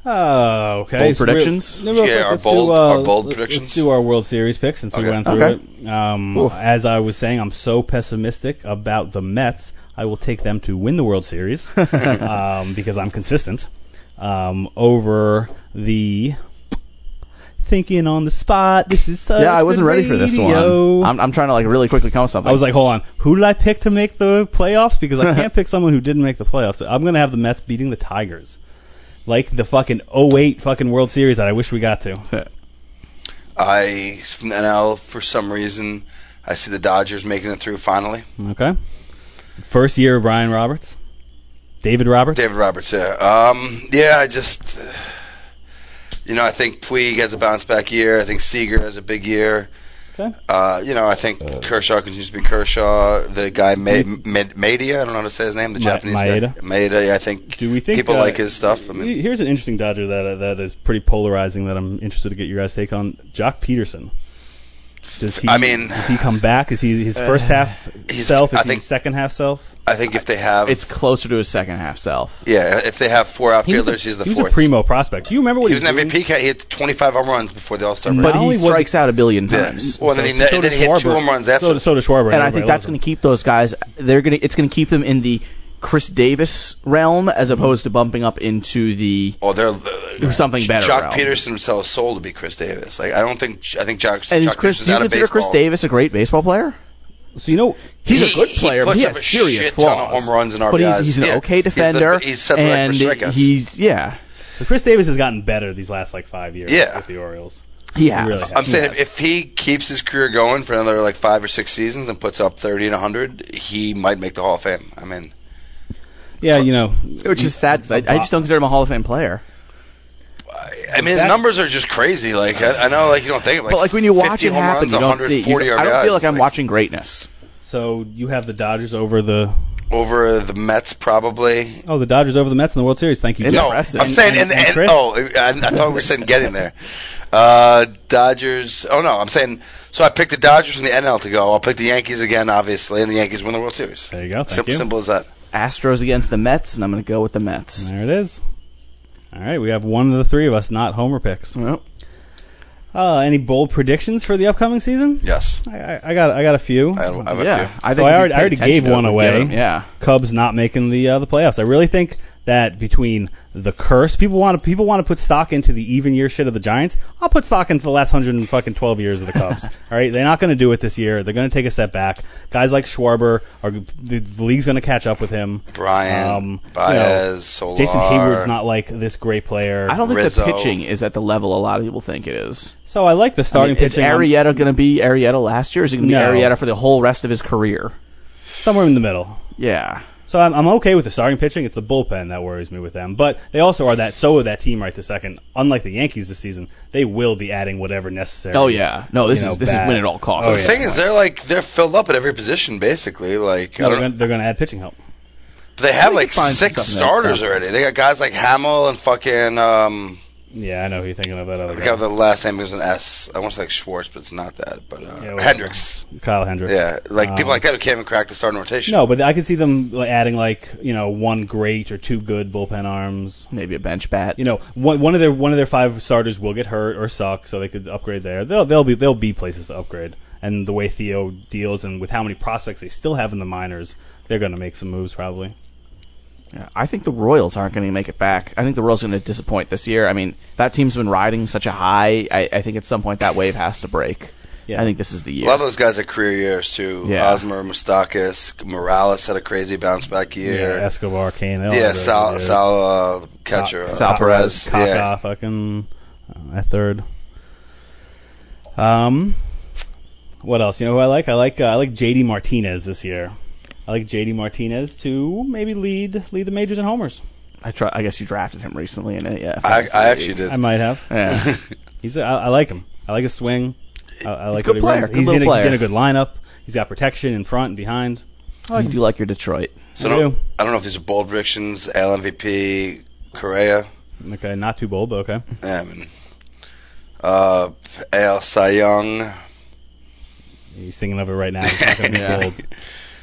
Speaker 1: Oh, okay.
Speaker 2: Bold
Speaker 1: we're-
Speaker 2: predictions?
Speaker 1: no, real
Speaker 3: Yeah,
Speaker 1: quick,
Speaker 3: our
Speaker 1: let's
Speaker 3: bold-
Speaker 1: do,
Speaker 3: our
Speaker 1: uh,
Speaker 3: bold
Speaker 1: let's- Let's
Speaker 3: predictions.
Speaker 1: do our World Series pick since we
Speaker 3: Okay.
Speaker 1: went through
Speaker 2: Okay.
Speaker 1: it. Um,
Speaker 2: Oof.
Speaker 1: as I was saying, I'm so pessimistic about the Mets. I will take them to win the World Series um, because I'm consistent um, over the thinking on the spot. This is such
Speaker 2: yeah, I wasn't
Speaker 1: good
Speaker 2: ready for this one.
Speaker 1: Uh, radio.
Speaker 2: I'm, I'm trying to like really quickly come up with something.
Speaker 1: I was like, hold on, who did I pick to make the playoffs? Because I can't pick someone who didn't make the playoffs. So I'm gonna have the Mets beating the Tigers, like the fucking 08 fucking World Series that I wish we got to.
Speaker 3: I from the NL for some reason I see the Dodgers making it through finally.
Speaker 1: Okay. First year of Brian Roberts, David Roberts.
Speaker 3: David Roberts, yeah. Um, yeah, I just you know I think Puig has a bounce back year. I think Seager has a big year.
Speaker 1: Okay.
Speaker 3: Uh, you know, I think Kershaw continues to be Kershaw. The guy Ma- Ma- Maeda, I don't know how to say his name, the
Speaker 1: Ma-
Speaker 3: Japanese
Speaker 1: Maeda?
Speaker 3: guy. Maeda, yeah, I think
Speaker 1: Do we think
Speaker 3: people
Speaker 1: uh,
Speaker 3: like his stuff. I mean,
Speaker 1: Here's an interesting Dodger that uh, that is pretty polarizing. That I'm interested to get your guys' take on. Jock Peterson. Does he?
Speaker 3: I mean-
Speaker 1: does he come back? Is he his first half
Speaker 3: he's-
Speaker 1: self? Is
Speaker 3: I
Speaker 1: he
Speaker 3: think-
Speaker 1: his second half self?
Speaker 3: I think if they have,
Speaker 2: it's closer to his second half self.
Speaker 3: yeah, if they have four
Speaker 1: was a-
Speaker 3: outfielders, he's the
Speaker 1: he was
Speaker 3: fourth.
Speaker 1: a primo prospect. Do you remember what
Speaker 3: He
Speaker 1: he,
Speaker 3: was an
Speaker 1: doing?
Speaker 3: MVP cat. He hit 25 home runs before the All Star break.
Speaker 2: But
Speaker 1: Not only
Speaker 2: he
Speaker 1: was it-
Speaker 2: strikes out a billion
Speaker 3: Yeah.
Speaker 2: times.
Speaker 3: Well, then he,
Speaker 1: So
Speaker 3: ne- then
Speaker 1: does
Speaker 3: he hit two
Speaker 1: Schwarber.
Speaker 3: home runs after.
Speaker 1: So, so does Schwarber.
Speaker 2: and I think that's going to keep those guys. They're going to. It's going to keep them in the Chris Davis realm as opposed to bumping up into the.
Speaker 3: Oh, they're uh,
Speaker 2: Something better,
Speaker 3: Jock
Speaker 2: Ralph.
Speaker 3: Peterson would sell his soul to be Chris Davis. Like I don't think I think Jock.
Speaker 2: And is
Speaker 3: Jock
Speaker 2: Chris?
Speaker 3: Peterson's
Speaker 2: Do you
Speaker 3: out of
Speaker 2: consider Chris
Speaker 3: baseball.
Speaker 2: Davis a great baseball player?
Speaker 1: So you know,
Speaker 2: He's a
Speaker 3: He-
Speaker 2: good
Speaker 3: he
Speaker 2: player, but
Speaker 3: puts
Speaker 2: he
Speaker 3: up
Speaker 2: has
Speaker 3: a
Speaker 2: serious
Speaker 3: shit
Speaker 2: flaws.
Speaker 3: ton of home runs and
Speaker 2: but he's,
Speaker 3: RBIs.
Speaker 2: he's an
Speaker 3: Yeah.
Speaker 2: okay
Speaker 3: He's the-
Speaker 2: defender.
Speaker 3: he's set the record
Speaker 2: and
Speaker 3: for strikeouts.
Speaker 2: he's yeah,
Speaker 1: Chris Davis has gotten better these last like five years
Speaker 3: Yeah.
Speaker 1: with the Orioles.
Speaker 2: he has.
Speaker 1: really has.
Speaker 3: I'm saying
Speaker 2: Yes.
Speaker 3: if, if he keeps his career going for another like five or six seasons and puts up 30 and 100, he might make the Hall of Fame. I mean,
Speaker 1: Yeah, you know,
Speaker 2: which is sad. 'cause I, I just don't consider him a Hall of Fame player.
Speaker 3: I I mean his
Speaker 1: That-
Speaker 3: numbers are just crazy. Like I, I know, like you don't think of, like,
Speaker 2: but like when you watch
Speaker 3: 50
Speaker 2: it
Speaker 3: home
Speaker 2: happen,
Speaker 3: runs,
Speaker 2: you don't see. You,
Speaker 3: 140
Speaker 2: I don't
Speaker 3: RBIs,
Speaker 2: feel like I'm watching greatness.
Speaker 1: so you have the Dodgers over the
Speaker 3: over the Mets probably.
Speaker 1: oh the Dodgers over the Mets in the World Series. Thank you.
Speaker 2: In-
Speaker 1: Jeff.
Speaker 3: No,
Speaker 2: Impressive.
Speaker 3: I'm saying
Speaker 1: And-
Speaker 3: and, and,
Speaker 1: and Chris?
Speaker 3: oh, I, I thought we were saying getting there. Uh, Dodgers. Oh no, I'm saying. So I picked the Dodgers and the NL to go. I'll pick the Yankees again, obviously, and the Yankees win the World Series.
Speaker 1: There you go. Thank
Speaker 3: Sim-
Speaker 1: you.
Speaker 3: Simple as that.
Speaker 2: Astros against the Mets, and I'm going to go with the Mets.
Speaker 1: There it is. All right, we have one of the three of us not homer picks.
Speaker 2: Well,
Speaker 1: Uh, any bold predictions for the upcoming season?
Speaker 3: Yes,
Speaker 1: I, I, I got I got a few.
Speaker 3: I, I have a
Speaker 2: yeah,
Speaker 3: few.
Speaker 2: I think
Speaker 1: So I
Speaker 2: if you
Speaker 1: already- I
Speaker 2: pay
Speaker 1: already
Speaker 2: attention
Speaker 1: gave
Speaker 2: to it,
Speaker 1: one
Speaker 2: we
Speaker 1: away.
Speaker 2: get him. Yeah,
Speaker 1: Cubs not making the uh, the playoffs. I really think that between the curse, people want to people want to put stock into the even year shit of the Giants. I'll put stock into the last hundred and fucking twelve years of the Cubs. All right, they're not going to do it this year. They're going to take a step back. Guys like Schwarber are the, the league's going to catch up with him.
Speaker 3: Brian,
Speaker 1: Um,
Speaker 3: Baez,
Speaker 1: you know,
Speaker 3: Solar.
Speaker 1: Jason Hayward's not like this great player.
Speaker 2: I don't think
Speaker 3: Rizzo.
Speaker 2: the pitching is at the level a lot of people think it is.
Speaker 1: so I like the
Speaker 2: I mean,
Speaker 1: starting
Speaker 2: is
Speaker 1: pitching I'm
Speaker 2: Arietta going to be Arietta last year? Or is he going to
Speaker 1: No.
Speaker 2: be Arietta for the whole rest of his career?
Speaker 1: somewhere in the middle.
Speaker 2: Yeah.
Speaker 1: So I'm, I'm okay with the starting pitching. It's the bullpen that worries me with them. But they also are that so of that team right this second. Unlike the Yankees this season, they will be adding whatever necessary.
Speaker 2: Oh yeah. No, this
Speaker 1: You
Speaker 2: is
Speaker 1: know,
Speaker 2: this
Speaker 1: bad.
Speaker 2: is win at all costs.
Speaker 1: Oh,
Speaker 3: the
Speaker 1: yeah.
Speaker 3: thing is, they're like they're filled up at every position basically. Like
Speaker 1: No,
Speaker 3: I
Speaker 1: they're
Speaker 3: don't
Speaker 1: gonna, they're gonna add pitching help.
Speaker 3: But they have
Speaker 2: We
Speaker 3: like
Speaker 2: could find
Speaker 3: six
Speaker 2: something like
Speaker 3: starters
Speaker 2: that.
Speaker 3: already. They got guys like Hamill and fucking um.
Speaker 1: Yeah, I know who you're thinking of that
Speaker 3: I
Speaker 1: other guy.
Speaker 3: forgot the last name was an S. I want to say like Schwartz, but it's not that. But uh,
Speaker 1: Yeah, well-
Speaker 3: Hendricks.
Speaker 1: Kyle Hendricks.
Speaker 3: Yeah, like
Speaker 1: Um,
Speaker 3: people like that who can't even crack the starting rotation.
Speaker 1: No, but I could see them like, adding like you know one great or two good bullpen arms.
Speaker 2: Maybe a bench bat.
Speaker 1: You know, one, one of their one of their five starters will get hurt or suck, so they could upgrade there. They'll they'll be they'll be places to upgrade. and the way Theo deals and with how many prospects they still have in the minors, they're going to make some moves probably.
Speaker 2: Yeah, I think the Royals aren't going to make it back. I think the Royals are going to disappoint this year. I mean, that team's been riding such a high. I, I think at some point that wave has to break.
Speaker 1: Yeah.
Speaker 2: I think this is the year.
Speaker 3: A lot of those guys had career years too.
Speaker 2: Yeah.
Speaker 3: Osmer, Mustakis, Morales had a crazy bounce back year.
Speaker 1: Yeah, Escobar, Kane. they all
Speaker 3: Yeah,
Speaker 1: have those
Speaker 3: Sal,
Speaker 1: years.
Speaker 3: Sal uh, catcher,
Speaker 2: Sal
Speaker 3: uh, Perez.
Speaker 1: Kaka,
Speaker 3: Yeah.
Speaker 1: fucking uh, at third. Um, what else? You know who I like? I like uh, I like JD Martinez this year. I like JD Martinez to maybe lead lead the majors in homers.
Speaker 2: I try. I guess you drafted him recently in it. Yeah.
Speaker 3: I, I actually
Speaker 1: I
Speaker 3: did.
Speaker 1: might have.
Speaker 2: Yeah.
Speaker 1: He's a, I, I like him. I like his swing. I, I like
Speaker 2: good
Speaker 1: what he
Speaker 2: player,
Speaker 1: runs.
Speaker 2: good
Speaker 1: He's in, a,
Speaker 2: little
Speaker 1: he's in a
Speaker 2: player.
Speaker 1: good lineup. He's got protection in front and behind.
Speaker 2: Oh, you do like your Detroit.
Speaker 3: So
Speaker 1: I
Speaker 3: I don't,
Speaker 1: do.
Speaker 3: I don't know if these are bold predictions. LMVP, Correa.
Speaker 1: Okay, not too bold, but okay.
Speaker 3: Yeah, I mean, uh, AL Cy Young.
Speaker 1: He's thinking of it right now. It's not gonna be
Speaker 2: Yeah.
Speaker 1: bold.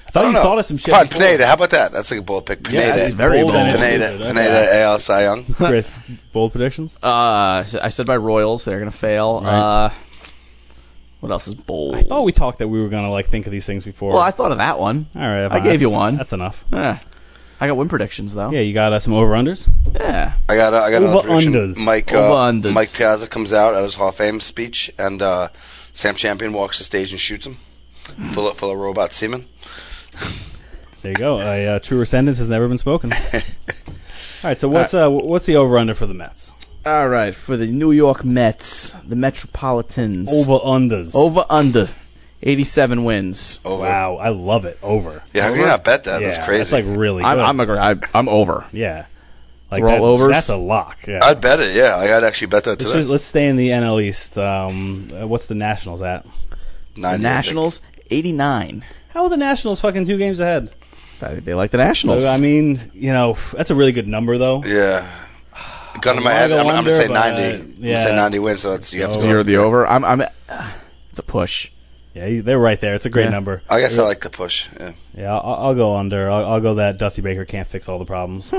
Speaker 1: I thought
Speaker 3: I don't
Speaker 1: you
Speaker 3: know.
Speaker 1: thought of some shit.
Speaker 3: Fine,
Speaker 1: before.
Speaker 3: Pineda. How about that? That's like a bold pick.
Speaker 1: Yeah,
Speaker 3: Pineda.
Speaker 1: that's
Speaker 2: It's very
Speaker 1: bold. and
Speaker 2: bold.
Speaker 1: it's
Speaker 3: Pineda.
Speaker 1: stupid. Okay.
Speaker 3: Pineda. AL Cy Young.
Speaker 1: Chris, bold predictions?
Speaker 2: Uh, so I said my Royals. They're gonna fail.
Speaker 1: Right.
Speaker 2: Uh, what else is bold?
Speaker 1: I thought we talked that we were gonna like think of these things before.
Speaker 2: Well, I thought of that one.
Speaker 1: All right,
Speaker 2: I
Speaker 1: fine.
Speaker 2: gave you one. Oh.
Speaker 1: That's enough.
Speaker 2: Eh. I got win predictions though.
Speaker 1: Yeah, you got uh, some over unders.
Speaker 2: Yeah.
Speaker 3: I got. I got another
Speaker 1: Over
Speaker 3: prediction.
Speaker 1: unders.
Speaker 3: Mike.
Speaker 2: Over
Speaker 3: Uh,
Speaker 2: unders.
Speaker 3: Mike Piazza comes out at his Hall of Fame speech, and uh, Sam Champion walks the stage and shoots him. Full of, full of robot semen.
Speaker 1: There you go. A uh, truer sentence has never been spoken. All right, so what's uh, what's the over under for the Mets?
Speaker 2: All right, for the New York Mets, the Metropolitans.
Speaker 1: Over unders.
Speaker 2: Over under. 87 wins.
Speaker 3: Over.
Speaker 1: Wow, I love it. Over.
Speaker 3: Yeah, how can you
Speaker 2: Over?
Speaker 3: not bet that? that's
Speaker 1: Yeah,
Speaker 3: crazy.
Speaker 1: That's like really good.
Speaker 2: I'm I'm, agree- I, I'm over.
Speaker 1: yeah.
Speaker 2: Throw
Speaker 1: that-
Speaker 2: overs?
Speaker 1: That's a lock. Yeah.
Speaker 3: I'd bet it. Yeah, like, I'd actually bet that
Speaker 1: let's,
Speaker 3: today.
Speaker 1: just, let's stay in the NL East. Um, uh, what's the Nationals at?
Speaker 2: The
Speaker 3: Nine
Speaker 2: Nationals 89.
Speaker 1: How are the Nationals fucking two games ahead?
Speaker 2: I think They like the Nationals.
Speaker 1: So I mean, you know, that's a really good number though.
Speaker 3: Yeah. Gun to my
Speaker 1: wanna
Speaker 3: head.
Speaker 1: go
Speaker 3: I'm, I'm
Speaker 1: under,
Speaker 3: gonna say
Speaker 1: but,
Speaker 3: 90.
Speaker 1: uh,
Speaker 3: I'm
Speaker 1: yeah.
Speaker 3: gonna say 90 wins. So that's you have to.
Speaker 1: So-
Speaker 2: zero the over. I'm I'm uh, it's a push.
Speaker 1: Yeah, they're right there. It's a great
Speaker 2: Yeah.
Speaker 1: number.
Speaker 3: I guess I like to push. Yeah.
Speaker 1: Yeah, I'll, I'll go under. I'll, I'll go that Dusty Baker can't fix all the problems.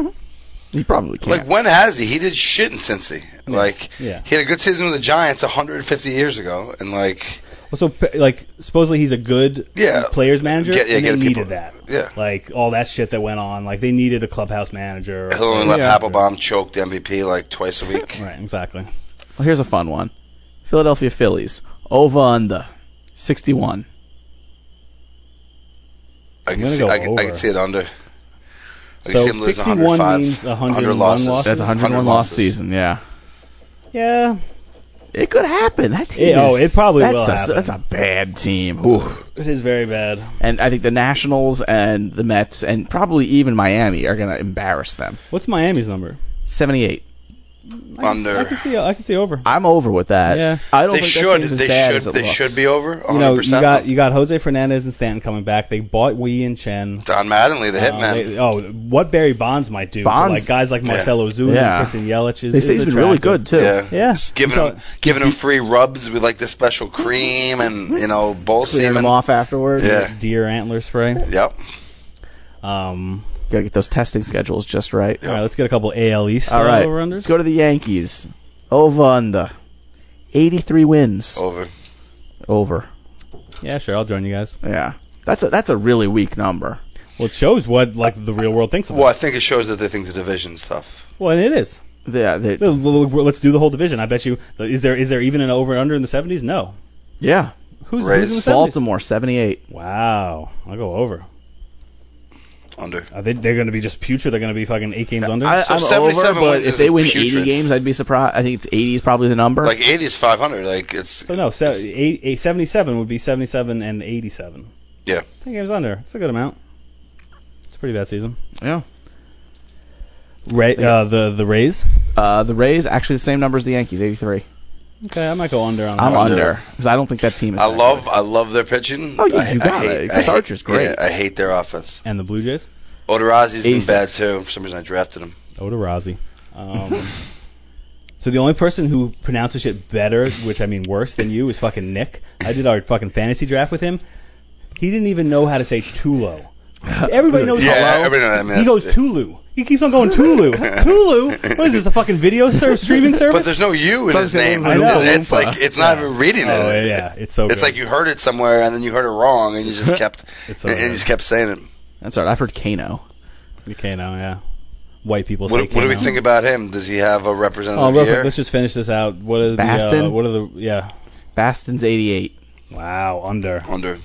Speaker 2: You probably can't.
Speaker 3: Like when has he? He did shit in Cincy. Like
Speaker 1: yeah.
Speaker 3: he had a good season with the Giants 150 years ago, and like
Speaker 1: Well, so p- like supposedly he's a good
Speaker 3: Yeah.
Speaker 1: players manager,
Speaker 3: Get- yeah,
Speaker 1: and they
Speaker 3: get
Speaker 1: needed
Speaker 3: people-
Speaker 1: that.
Speaker 3: yeah.
Speaker 1: Like all that shit that went on. Like they needed a clubhouse manager.
Speaker 3: he'll only let
Speaker 2: Yeah.
Speaker 3: Papelbaum choke the MVP like twice a week.
Speaker 1: Right, exactly.
Speaker 2: well, here's a fun one. Philadelphia Phillies over under 61.
Speaker 3: I can
Speaker 1: gonna
Speaker 3: see.
Speaker 1: go
Speaker 3: I can, I
Speaker 1: over.
Speaker 3: can see it under. I can
Speaker 1: So
Speaker 3: see him losing
Speaker 1: 61
Speaker 3: 105,
Speaker 1: means 101
Speaker 3: 100 losses.
Speaker 1: losses?
Speaker 2: That's 101
Speaker 3: 100
Speaker 2: loss
Speaker 3: losses.
Speaker 2: season. Yeah.
Speaker 1: Yeah,
Speaker 2: It could happen. That team.
Speaker 1: It- oh,
Speaker 2: is-
Speaker 1: it probably
Speaker 2: that's
Speaker 1: will
Speaker 2: a,
Speaker 1: happen.
Speaker 2: That's a bad team. Oof.
Speaker 1: it is very bad.
Speaker 2: And I think the Nationals and the Mets and probably even Miami are gonna embarrass them.
Speaker 1: What's Miami's number?
Speaker 2: 78.
Speaker 1: I can-
Speaker 3: Under.
Speaker 1: I can see. I can see over.
Speaker 2: I'm over with that.
Speaker 1: Yeah.
Speaker 2: I don't
Speaker 3: They
Speaker 2: think
Speaker 3: should.
Speaker 2: That team's as
Speaker 3: They
Speaker 2: bad
Speaker 3: should.
Speaker 2: As it
Speaker 3: They
Speaker 2: looks.
Speaker 3: should be over. 100.
Speaker 1: You know, you
Speaker 3: percent
Speaker 1: got you got Jose Fernandez and Stanton coming back. They bought Wee and Chen.
Speaker 3: Don Mattingly, the
Speaker 1: Uh,
Speaker 3: hitman.
Speaker 1: they- oh, what Barry Bonds might do to
Speaker 2: Bonds-
Speaker 1: like guys like Marcelo Zuna
Speaker 2: Yeah.
Speaker 1: and Christian Yelich is
Speaker 2: They say
Speaker 1: is
Speaker 2: he's been really
Speaker 1: attractive.
Speaker 2: good too.
Speaker 3: Yeah.
Speaker 1: Yeah.
Speaker 3: Just giving
Speaker 1: So-
Speaker 3: him giving him free rubs with like this special cream and you know bowl
Speaker 2: Clearing
Speaker 3: semen.
Speaker 2: them off afterward.
Speaker 3: Yeah.
Speaker 1: Deer antler spray.
Speaker 3: Yep.
Speaker 1: Um,
Speaker 2: Gotta get those testing schedules just right.
Speaker 1: all right, let's get a couple AL East
Speaker 2: All right.
Speaker 1: over-unders.
Speaker 2: Let's go to the Yankees. Over under. 83 wins.
Speaker 3: Over.
Speaker 2: Over.
Speaker 1: Yeah, sure, I'll join you guys.
Speaker 2: Yeah. That's a that's a really weak number.
Speaker 1: Well, it shows what like the real world thinks of
Speaker 3: Well, I
Speaker 1: us.
Speaker 3: think it shows that they think the division's tough.
Speaker 1: Well, and it is.
Speaker 2: Yeah. They,
Speaker 1: L- l- l- Let's do the whole division. I bet you. Is there is there even an over and under in the 70s? No.
Speaker 2: yeah.
Speaker 1: Who's, who's
Speaker 3: Rays.
Speaker 1: in the 70s?
Speaker 2: Baltimore 78.
Speaker 1: Wow, I'll go over.
Speaker 3: Under.
Speaker 1: Are they, they're going to be just putrid. They're going to be fucking eight games under.
Speaker 2: I,
Speaker 3: So
Speaker 2: I'm
Speaker 3: 77
Speaker 2: over, but
Speaker 3: wins
Speaker 2: if they
Speaker 3: is
Speaker 2: win
Speaker 3: putrid.
Speaker 2: 80 games, I'd be surprised. I think it's 80 is probably the number.
Speaker 3: Like 80 is 500. Like it's
Speaker 1: so no, se- eight, eight, 77 would be 77 and 87.
Speaker 3: Yeah.
Speaker 1: Ten games under. It's a good amount. It's a pretty bad season.
Speaker 2: yeah.
Speaker 1: Ray, uh, the the Rays.
Speaker 2: Uh, the Rays actually the same number as the Yankees, 83.
Speaker 1: Okay, I might go under on that.
Speaker 2: I'm
Speaker 3: Under.
Speaker 2: under because I don't think that team is.
Speaker 3: I
Speaker 2: that
Speaker 3: love I love their pitching.
Speaker 2: Oh, yeah,
Speaker 3: I,
Speaker 2: you
Speaker 3: I
Speaker 2: got
Speaker 3: hate-
Speaker 2: it.
Speaker 3: I
Speaker 2: Chris
Speaker 3: hate-
Speaker 2: Archer's great.
Speaker 3: Yeah, I hate their offense.
Speaker 1: and the Blue Jays.
Speaker 3: Odorazzi's been
Speaker 2: Ace.
Speaker 3: bad too. For some reason, I drafted him.
Speaker 1: Oda Rossi. Um, so the only person who pronounces shit better, which I mean worse than you, is fucking Nick. I did our fucking fantasy draft with him. He didn't even know how to say Tulo. Uh, Everybody knows
Speaker 3: Yeah,
Speaker 1: Hello.
Speaker 3: everybody knows that, man.
Speaker 1: He goes Tulu. He keeps on going Tulu. Tulu? What is this? A fucking video ser- streaming service?
Speaker 3: But there's no you in his
Speaker 2: Sounds like
Speaker 3: name.
Speaker 1: Oompa Loompa.
Speaker 3: It's like it's not even reading it.
Speaker 1: oh yeah, it's so.
Speaker 3: It's
Speaker 1: good.
Speaker 3: like you heard it somewhere and then you heard it wrong and you just kept
Speaker 1: It's so
Speaker 3: and, and you
Speaker 1: good.
Speaker 3: just kept saying it.
Speaker 2: That's all right. I've heard Kano.
Speaker 1: you Kano, yeah. White people. say
Speaker 3: What, what do we
Speaker 1: Kano.
Speaker 3: think about him? Does he have a representative
Speaker 1: Oh, real
Speaker 3: here?
Speaker 1: quick, let's just finish this out. What are the? Uh,
Speaker 2: Bastin?
Speaker 1: what are the? Yeah.
Speaker 2: Bastin's 88.
Speaker 1: Wow, under.
Speaker 3: Under.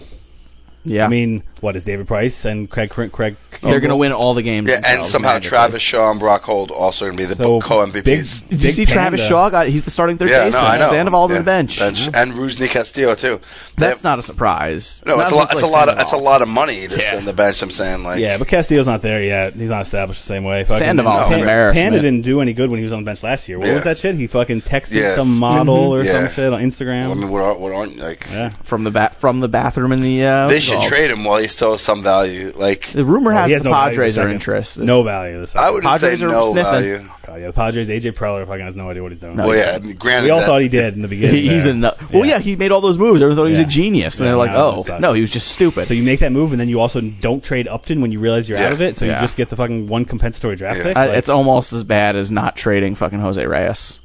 Speaker 2: Yeah.
Speaker 1: I mean, oh, what is David Price and Craig Craig? Craig
Speaker 2: they're going to win all the games.
Speaker 3: Yeah, and
Speaker 2: themselves,
Speaker 3: somehow
Speaker 2: magically.
Speaker 3: Travis Shaw and Brock Hold also going to be the
Speaker 1: So
Speaker 3: co-MVPs.
Speaker 1: big-
Speaker 2: Did you see
Speaker 1: Panda.
Speaker 2: Travis Shaw? Got, he's the starting third
Speaker 3: yeah, no,
Speaker 2: baseman.
Speaker 3: I know.
Speaker 2: Sandoval's
Speaker 3: yeah.
Speaker 2: on the bench.
Speaker 3: Bench. And Ruzni Castillo too. They
Speaker 2: That's
Speaker 3: have-
Speaker 2: not a surprise.
Speaker 3: No,
Speaker 2: Not
Speaker 3: it's a
Speaker 2: if
Speaker 3: lot.
Speaker 2: it's
Speaker 3: It's a
Speaker 2: like
Speaker 3: lot. Of,
Speaker 2: Sandoval.
Speaker 3: it's a lot of money just
Speaker 1: Yeah.
Speaker 3: on the bench. I'm saying like.
Speaker 1: Yeah, but Castillo's not there yet. He's not established the same way. Fucking,
Speaker 2: Sandoval's
Speaker 3: an
Speaker 2: embarrassment.
Speaker 1: Panda didn't do any good when he was on the bench last year. What
Speaker 3: Yeah.
Speaker 1: was that shit? He fucking texted
Speaker 3: Yeah.
Speaker 1: some model or
Speaker 3: Yeah.
Speaker 1: some shit on Instagram.
Speaker 3: I mean, what, are, what aren't like?
Speaker 1: yeah.
Speaker 2: from the ba- from the bathroom in the. Uh,
Speaker 3: They should
Speaker 2: golf.
Speaker 3: trade him while he still has some value. Like
Speaker 2: The rumor
Speaker 1: Well,
Speaker 2: has,
Speaker 1: he has
Speaker 2: the
Speaker 1: no value
Speaker 2: Padres
Speaker 1: to
Speaker 2: are
Speaker 1: second.
Speaker 2: interested.
Speaker 1: No value. This
Speaker 3: I wouldn't
Speaker 2: Padres
Speaker 3: say
Speaker 2: are
Speaker 3: no
Speaker 2: sniffing.
Speaker 3: value.
Speaker 1: God, yeah, the Padres. AJ Preller fucking doesn't know idea what he's doing.
Speaker 2: No.
Speaker 3: Well, yeah. I mean, granted,
Speaker 1: we all
Speaker 3: that's-
Speaker 1: thought he did in the beginning.
Speaker 2: He- he's
Speaker 1: there.
Speaker 2: a nut. Well, yeah. he made all those moves. Everyone thought he was
Speaker 1: Yeah.
Speaker 2: a genius, and
Speaker 1: Yeah,
Speaker 2: they're like,
Speaker 1: no, it
Speaker 2: "Oh,
Speaker 1: sucks.
Speaker 2: no, he was just stupid."
Speaker 1: So you make that move, and then you also don't trade Upton when you realize you're
Speaker 3: Yeah.
Speaker 1: out of it. So
Speaker 2: Yeah.
Speaker 1: you just get the fucking one compensatory draft
Speaker 3: Yeah.
Speaker 1: pick.
Speaker 2: I,
Speaker 1: like
Speaker 2: Uh, it's almost as bad as not trading fucking Jose Reyes.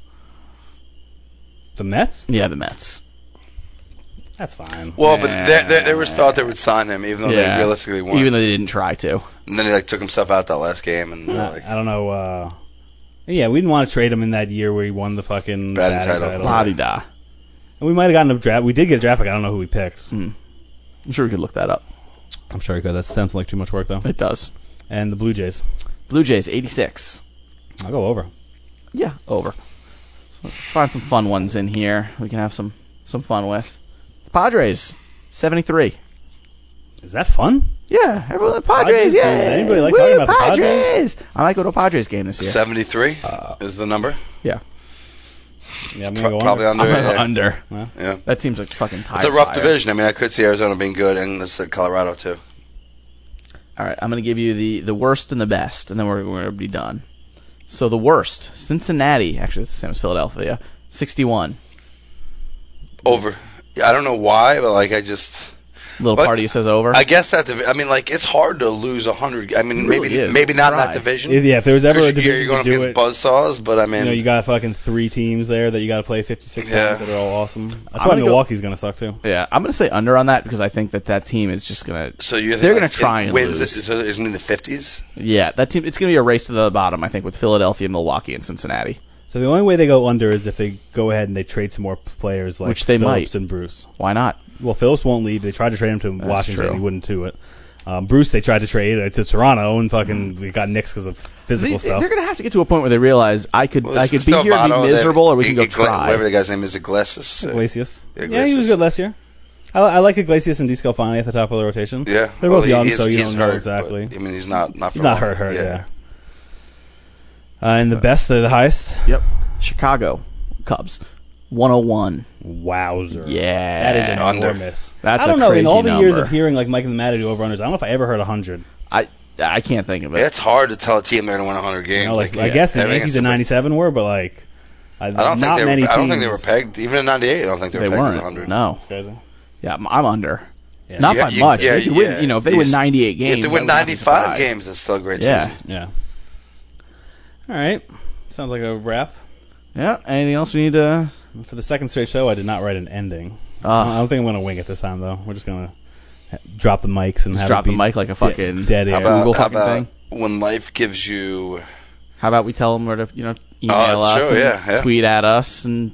Speaker 1: the Mets.
Speaker 2: Yeah, the Mets.
Speaker 1: That's fine.
Speaker 3: Well, but there, there, there was thought they would sign him, even though
Speaker 2: yeah,
Speaker 3: they realistically won.
Speaker 2: even though they didn't try to.
Speaker 3: and then he like took himself out that last game, and
Speaker 1: I-
Speaker 3: like,
Speaker 1: I don't know. Uh, yeah, we didn't want to trade him in that year where he won the fucking
Speaker 3: Batting title.
Speaker 2: La di da.
Speaker 1: And we might have gotten a draft. We did get a draft pick. I don't know who we picked.
Speaker 2: I'm sure we could look that up.
Speaker 1: I'm sure he could. That sounds like too much work though.
Speaker 2: It does.
Speaker 1: And the Blue Jays.
Speaker 2: Blue Jays 86.
Speaker 1: I'll go over.
Speaker 2: Yeah, over. So let's find some fun ones in here. We can have some some fun with. The Padres 73.
Speaker 1: Is that fun?
Speaker 2: Yeah, everyone the Padres.
Speaker 1: Padres
Speaker 2: Yeah,
Speaker 1: games. Anybody like talking about the Padres?
Speaker 2: I might go to a Padres game this year.
Speaker 3: 73 is the number.
Speaker 2: Yeah,
Speaker 1: Yeah, I'm gonna
Speaker 3: Uh, Pro-
Speaker 1: go
Speaker 3: probably
Speaker 1: under.
Speaker 3: under.
Speaker 2: I'm gonna go
Speaker 3: yeah.
Speaker 2: under.
Speaker 3: Yeah.
Speaker 2: That seems like fucking tight.
Speaker 3: It's a rough division. I mean, I could see Arizona being good, and this is Colorado too.
Speaker 2: All right, I'm going to give you the, the worst and the best, and then we're, we're going to be done. So the worst, Cincinnati. Actually, it's the same as Philadelphia. 61.
Speaker 3: Over. Yeah, I don't know why, but like I just,
Speaker 2: Little
Speaker 3: What?
Speaker 2: party says over.
Speaker 3: I guess that. Div- I mean, like it's hard to lose hundred. I mean,
Speaker 2: It really
Speaker 3: maybe
Speaker 2: is.
Speaker 3: maybe not in
Speaker 2: Try.
Speaker 3: that division.
Speaker 1: If- Yeah, if there was ever
Speaker 3: Because
Speaker 1: a
Speaker 3: you're-
Speaker 1: division
Speaker 3: you're going
Speaker 1: to
Speaker 3: up
Speaker 1: do
Speaker 3: against
Speaker 1: it,
Speaker 3: buzzsaws, but I mean,
Speaker 1: you know, you got fucking three teams there that you got to play 56
Speaker 3: Yeah.
Speaker 1: times that are all awesome. That's
Speaker 2: I'm
Speaker 1: why
Speaker 2: gonna go-
Speaker 1: Milwaukee's gonna suck too.
Speaker 2: yeah, I'm going to say under on that because I think that that team is just going to.
Speaker 3: so you think
Speaker 2: They're
Speaker 3: like,
Speaker 2: gonna try
Speaker 3: it
Speaker 2: and
Speaker 3: wins.
Speaker 2: lose.
Speaker 3: It, so it's gonna be in the fifties.
Speaker 2: Yeah, that team. It's going to be a race to the bottom. I think with Philadelphia, Milwaukee, and Cincinnati.
Speaker 1: So the only way they go under is if they go ahead and they trade some more players like
Speaker 2: Which they
Speaker 1: Phillips
Speaker 2: might.
Speaker 1: and Bruce.
Speaker 2: Why not?
Speaker 1: Well, Phillips won't leave. They tried to trade him to Washington.
Speaker 2: true.
Speaker 1: He wouldn't do it. Um, Bruce, they tried to trade uh, to Toronto and
Speaker 2: Mm.
Speaker 1: fucking we got nixed because of physical
Speaker 2: They-
Speaker 1: stuff.
Speaker 2: They're going to have to get to a point where they realize I could I could be
Speaker 3: still
Speaker 2: here and
Speaker 3: Votto,
Speaker 2: be
Speaker 3: they-
Speaker 2: miserable, or we can go
Speaker 3: Ig- Igla- Whatever
Speaker 2: try.
Speaker 3: the guy's name is, Iglesias. Uh,
Speaker 1: Iglesias.
Speaker 3: Yeah,
Speaker 1: Yeah, he was
Speaker 3: Iglesias.
Speaker 1: good last year. I, I like Iglesias and Descalfani at the top of the rotation.
Speaker 3: Yeah,
Speaker 1: They're
Speaker 3: well,
Speaker 1: both
Speaker 3: he-
Speaker 1: young,
Speaker 3: he's-
Speaker 1: so you
Speaker 3: he's
Speaker 1: don't
Speaker 3: hurt,
Speaker 1: know exactly.
Speaker 3: But, I mean, he's not not for
Speaker 1: He's not
Speaker 3: long.
Speaker 1: hurt, hurt, yeah. Uh, and the best, they're the highest.
Speaker 2: Yep. Chicago Cubs 101.
Speaker 1: Wowzer.
Speaker 2: Yeah.
Speaker 1: That is
Speaker 3: Under.
Speaker 1: enormous.
Speaker 2: That's
Speaker 1: I don't
Speaker 2: a
Speaker 1: know. in
Speaker 2: crazy
Speaker 1: all the years
Speaker 2: number.
Speaker 1: of hearing like Mike and the Matter do over unders, I don't know if I ever heard a hundred.
Speaker 2: I I can't think of it.
Speaker 3: It's hard to tell a team they're going to win 100 games.
Speaker 1: You know, like,
Speaker 3: Like,
Speaker 1: I
Speaker 2: yeah,
Speaker 1: guess the
Speaker 3: everything
Speaker 1: Yankees
Speaker 3: is
Speaker 1: in
Speaker 3: different.
Speaker 1: '97 were, but like, I,
Speaker 3: I don't
Speaker 1: not
Speaker 3: think they
Speaker 1: many
Speaker 3: were. I don't
Speaker 1: teams.
Speaker 3: think they were pegged. Even in '98, I don't think they were
Speaker 2: they
Speaker 3: pegged in
Speaker 2: weren't.
Speaker 3: 100.
Speaker 2: No.
Speaker 1: It's crazy.
Speaker 2: Yeah, I'm, I'm under. Not
Speaker 3: You-
Speaker 2: by
Speaker 3: you-
Speaker 2: much.
Speaker 3: yeah,
Speaker 2: they could win,
Speaker 3: yeah.
Speaker 2: you know, if they
Speaker 3: You
Speaker 2: win
Speaker 3: s-
Speaker 2: 98 games.
Speaker 3: If they
Speaker 2: I
Speaker 3: win
Speaker 2: would not be
Speaker 3: 95
Speaker 2: surprised.
Speaker 3: games, that's still a great
Speaker 2: Yeah.
Speaker 3: season.
Speaker 1: Yeah. All right. Sounds like a wrap.
Speaker 2: Yeah. Anything else we need to?
Speaker 1: For the second straight show, I did not write an ending. I
Speaker 2: Uh,
Speaker 1: don't think I'm gonna wing it this time though. We're just gonna ha- drop the mics and have
Speaker 2: drop
Speaker 1: it
Speaker 2: the
Speaker 1: be
Speaker 2: mic like a fucking.
Speaker 1: dead
Speaker 3: How
Speaker 1: air.
Speaker 3: about,
Speaker 2: Google
Speaker 3: how
Speaker 2: fucking
Speaker 3: about when life gives you?
Speaker 2: How about we tell them where to, you know, email
Speaker 3: Oh, that's
Speaker 2: us,
Speaker 3: true,
Speaker 2: and
Speaker 3: yeah, yeah.
Speaker 2: tweet at us, and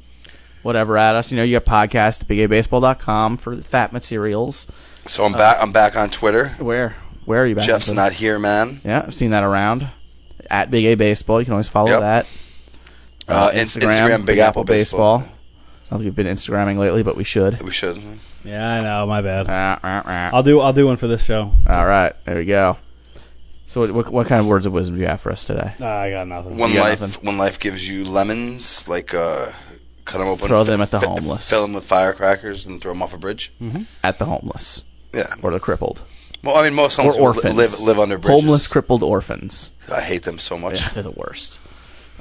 Speaker 2: whatever at us. You know, you got podcast at bigabaseball.com for the fat materials.
Speaker 3: So I'm back. I'm back on Twitter.
Speaker 2: Where? Where are you? Back
Speaker 3: Jeff's
Speaker 2: Anthony?
Speaker 3: not here, man.
Speaker 2: Yeah, I've seen that around. At Big A Baseball, you can always follow
Speaker 3: Yep.
Speaker 2: that.
Speaker 3: Uh, in- Instagram, Big Apple Baseball.
Speaker 2: I don't think we've been Instagramming lately, but we should.
Speaker 3: We should.
Speaker 1: Yeah, I know. My bad.
Speaker 2: Ah, ah, ah.
Speaker 1: I'll do. I'll do one for this show.
Speaker 2: All right, there we go. So, what, what, what kind of words of wisdom do you have for us today?
Speaker 1: Ah, I got nothing.
Speaker 3: When
Speaker 2: got
Speaker 3: life,
Speaker 2: nothing.
Speaker 3: when life gives you lemons, like uh, cut them open,
Speaker 2: Throw
Speaker 3: f-
Speaker 2: them at the
Speaker 3: f-
Speaker 2: homeless.
Speaker 3: fill them with firecrackers, and throw them off a bridge.
Speaker 2: At the homeless
Speaker 3: Yeah.
Speaker 2: or the crippled
Speaker 3: Well, I mean, most
Speaker 2: or
Speaker 3: homeless people
Speaker 2: orphans.
Speaker 3: li- live live under bridges.
Speaker 2: Homeless, crippled orphans.
Speaker 3: I hate them so much.
Speaker 2: Yeah, they're the worst.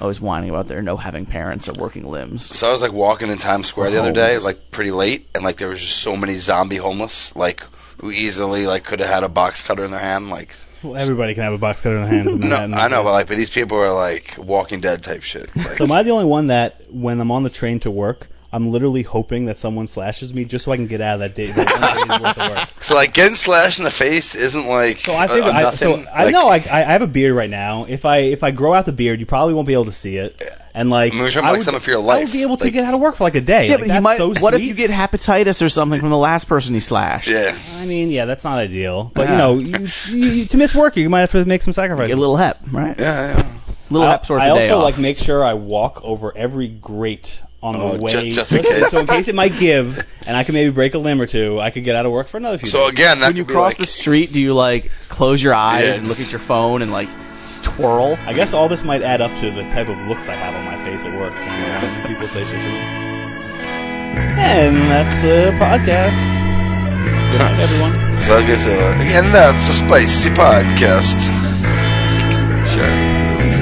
Speaker 2: always whining about their no having parents or working limbs.
Speaker 3: So I was like walking in Times Square the other day,
Speaker 2: Homeless.
Speaker 3: like pretty late, and like there was just so many zombie homeless, like who easily like could have had a box cutter in their hand, like
Speaker 1: Well, everybody can have a box cutter in their hands. in
Speaker 3: no,
Speaker 1: Manhattan.
Speaker 3: I know, but like, but these people are like Walking Dead type shit. Like,
Speaker 1: So am I the only one that when I'm on the train to work, I'm literally hoping that someone slashes me just so I can get out of that day. That one day's worth of work.
Speaker 3: so like getting slashed in the face isn't like
Speaker 1: So I
Speaker 3: a-
Speaker 1: think
Speaker 3: a
Speaker 1: I, so
Speaker 3: Uh, nothing.
Speaker 1: I
Speaker 3: like,
Speaker 1: know I, I I have a beard right now. If I if I grow out the beard, you probably won't be able to see it. And like
Speaker 3: I mean, you're talking
Speaker 1: I
Speaker 3: about, like,
Speaker 1: would,
Speaker 3: something for your
Speaker 1: I
Speaker 3: life,
Speaker 1: would be able to
Speaker 3: like-
Speaker 1: get out of work for like a day. Like, that's so
Speaker 2: what if
Speaker 1: sweet.
Speaker 2: you get hepatitis or something from the last person he slashed?
Speaker 3: Yeah,
Speaker 1: I mean, yeah, that's not ideal. But you
Speaker 2: Yeah.
Speaker 1: know, you, you, you- to miss work, you might have to make some
Speaker 2: Get
Speaker 1: sacrifices.
Speaker 2: a little hep, right?
Speaker 3: yeah, yeah.
Speaker 2: Little
Speaker 1: I,
Speaker 2: hep sort of
Speaker 1: I
Speaker 2: day
Speaker 1: also
Speaker 2: off.
Speaker 1: like make sure I walk over every grate on
Speaker 3: Oh,
Speaker 1: the
Speaker 3: ju-
Speaker 1: way,
Speaker 3: just in case.
Speaker 1: so in case it might give, and I can maybe break a limb or two. I could get out of work for another few.
Speaker 3: So
Speaker 1: days.
Speaker 3: again, that
Speaker 2: when you
Speaker 3: could be,
Speaker 2: cross
Speaker 3: like,
Speaker 2: the street, do you like close your eyes
Speaker 3: Yeah,
Speaker 2: and look
Speaker 3: just-
Speaker 2: at your phone and like just twirl?
Speaker 1: I guess all this might add up to the type of looks I have on my face at work. you know,
Speaker 3: Yeah.
Speaker 1: when people say shit to me. And that's the podcast. Good night, everyone.
Speaker 3: So I guess, uh, and that's a spicy podcast. Sure.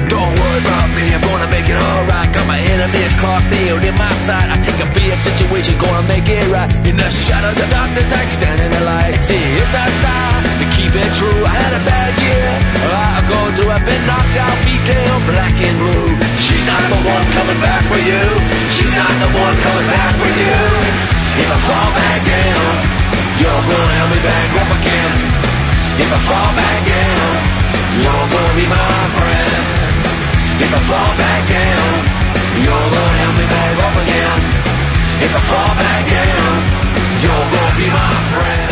Speaker 4: Don't worry about me, I'm gonna make it alright. Got my enemies clocked nailed in my sight. I think I'll be a situation, gonna make it right. In the shadow, the darkness, I stand in the light. See, it's our style to keep it true. I had a bad year, I've gone through. I've been knocked out, beat down, black and blue. She's not the one coming back for you. She's not the one coming back for you. If I fall back down, you're gonna help me back up again. If I fall back down, you're gonna be my friend. If I fall back down, you're gonna help me back up again. If I fall back down, you're gonna be my friend.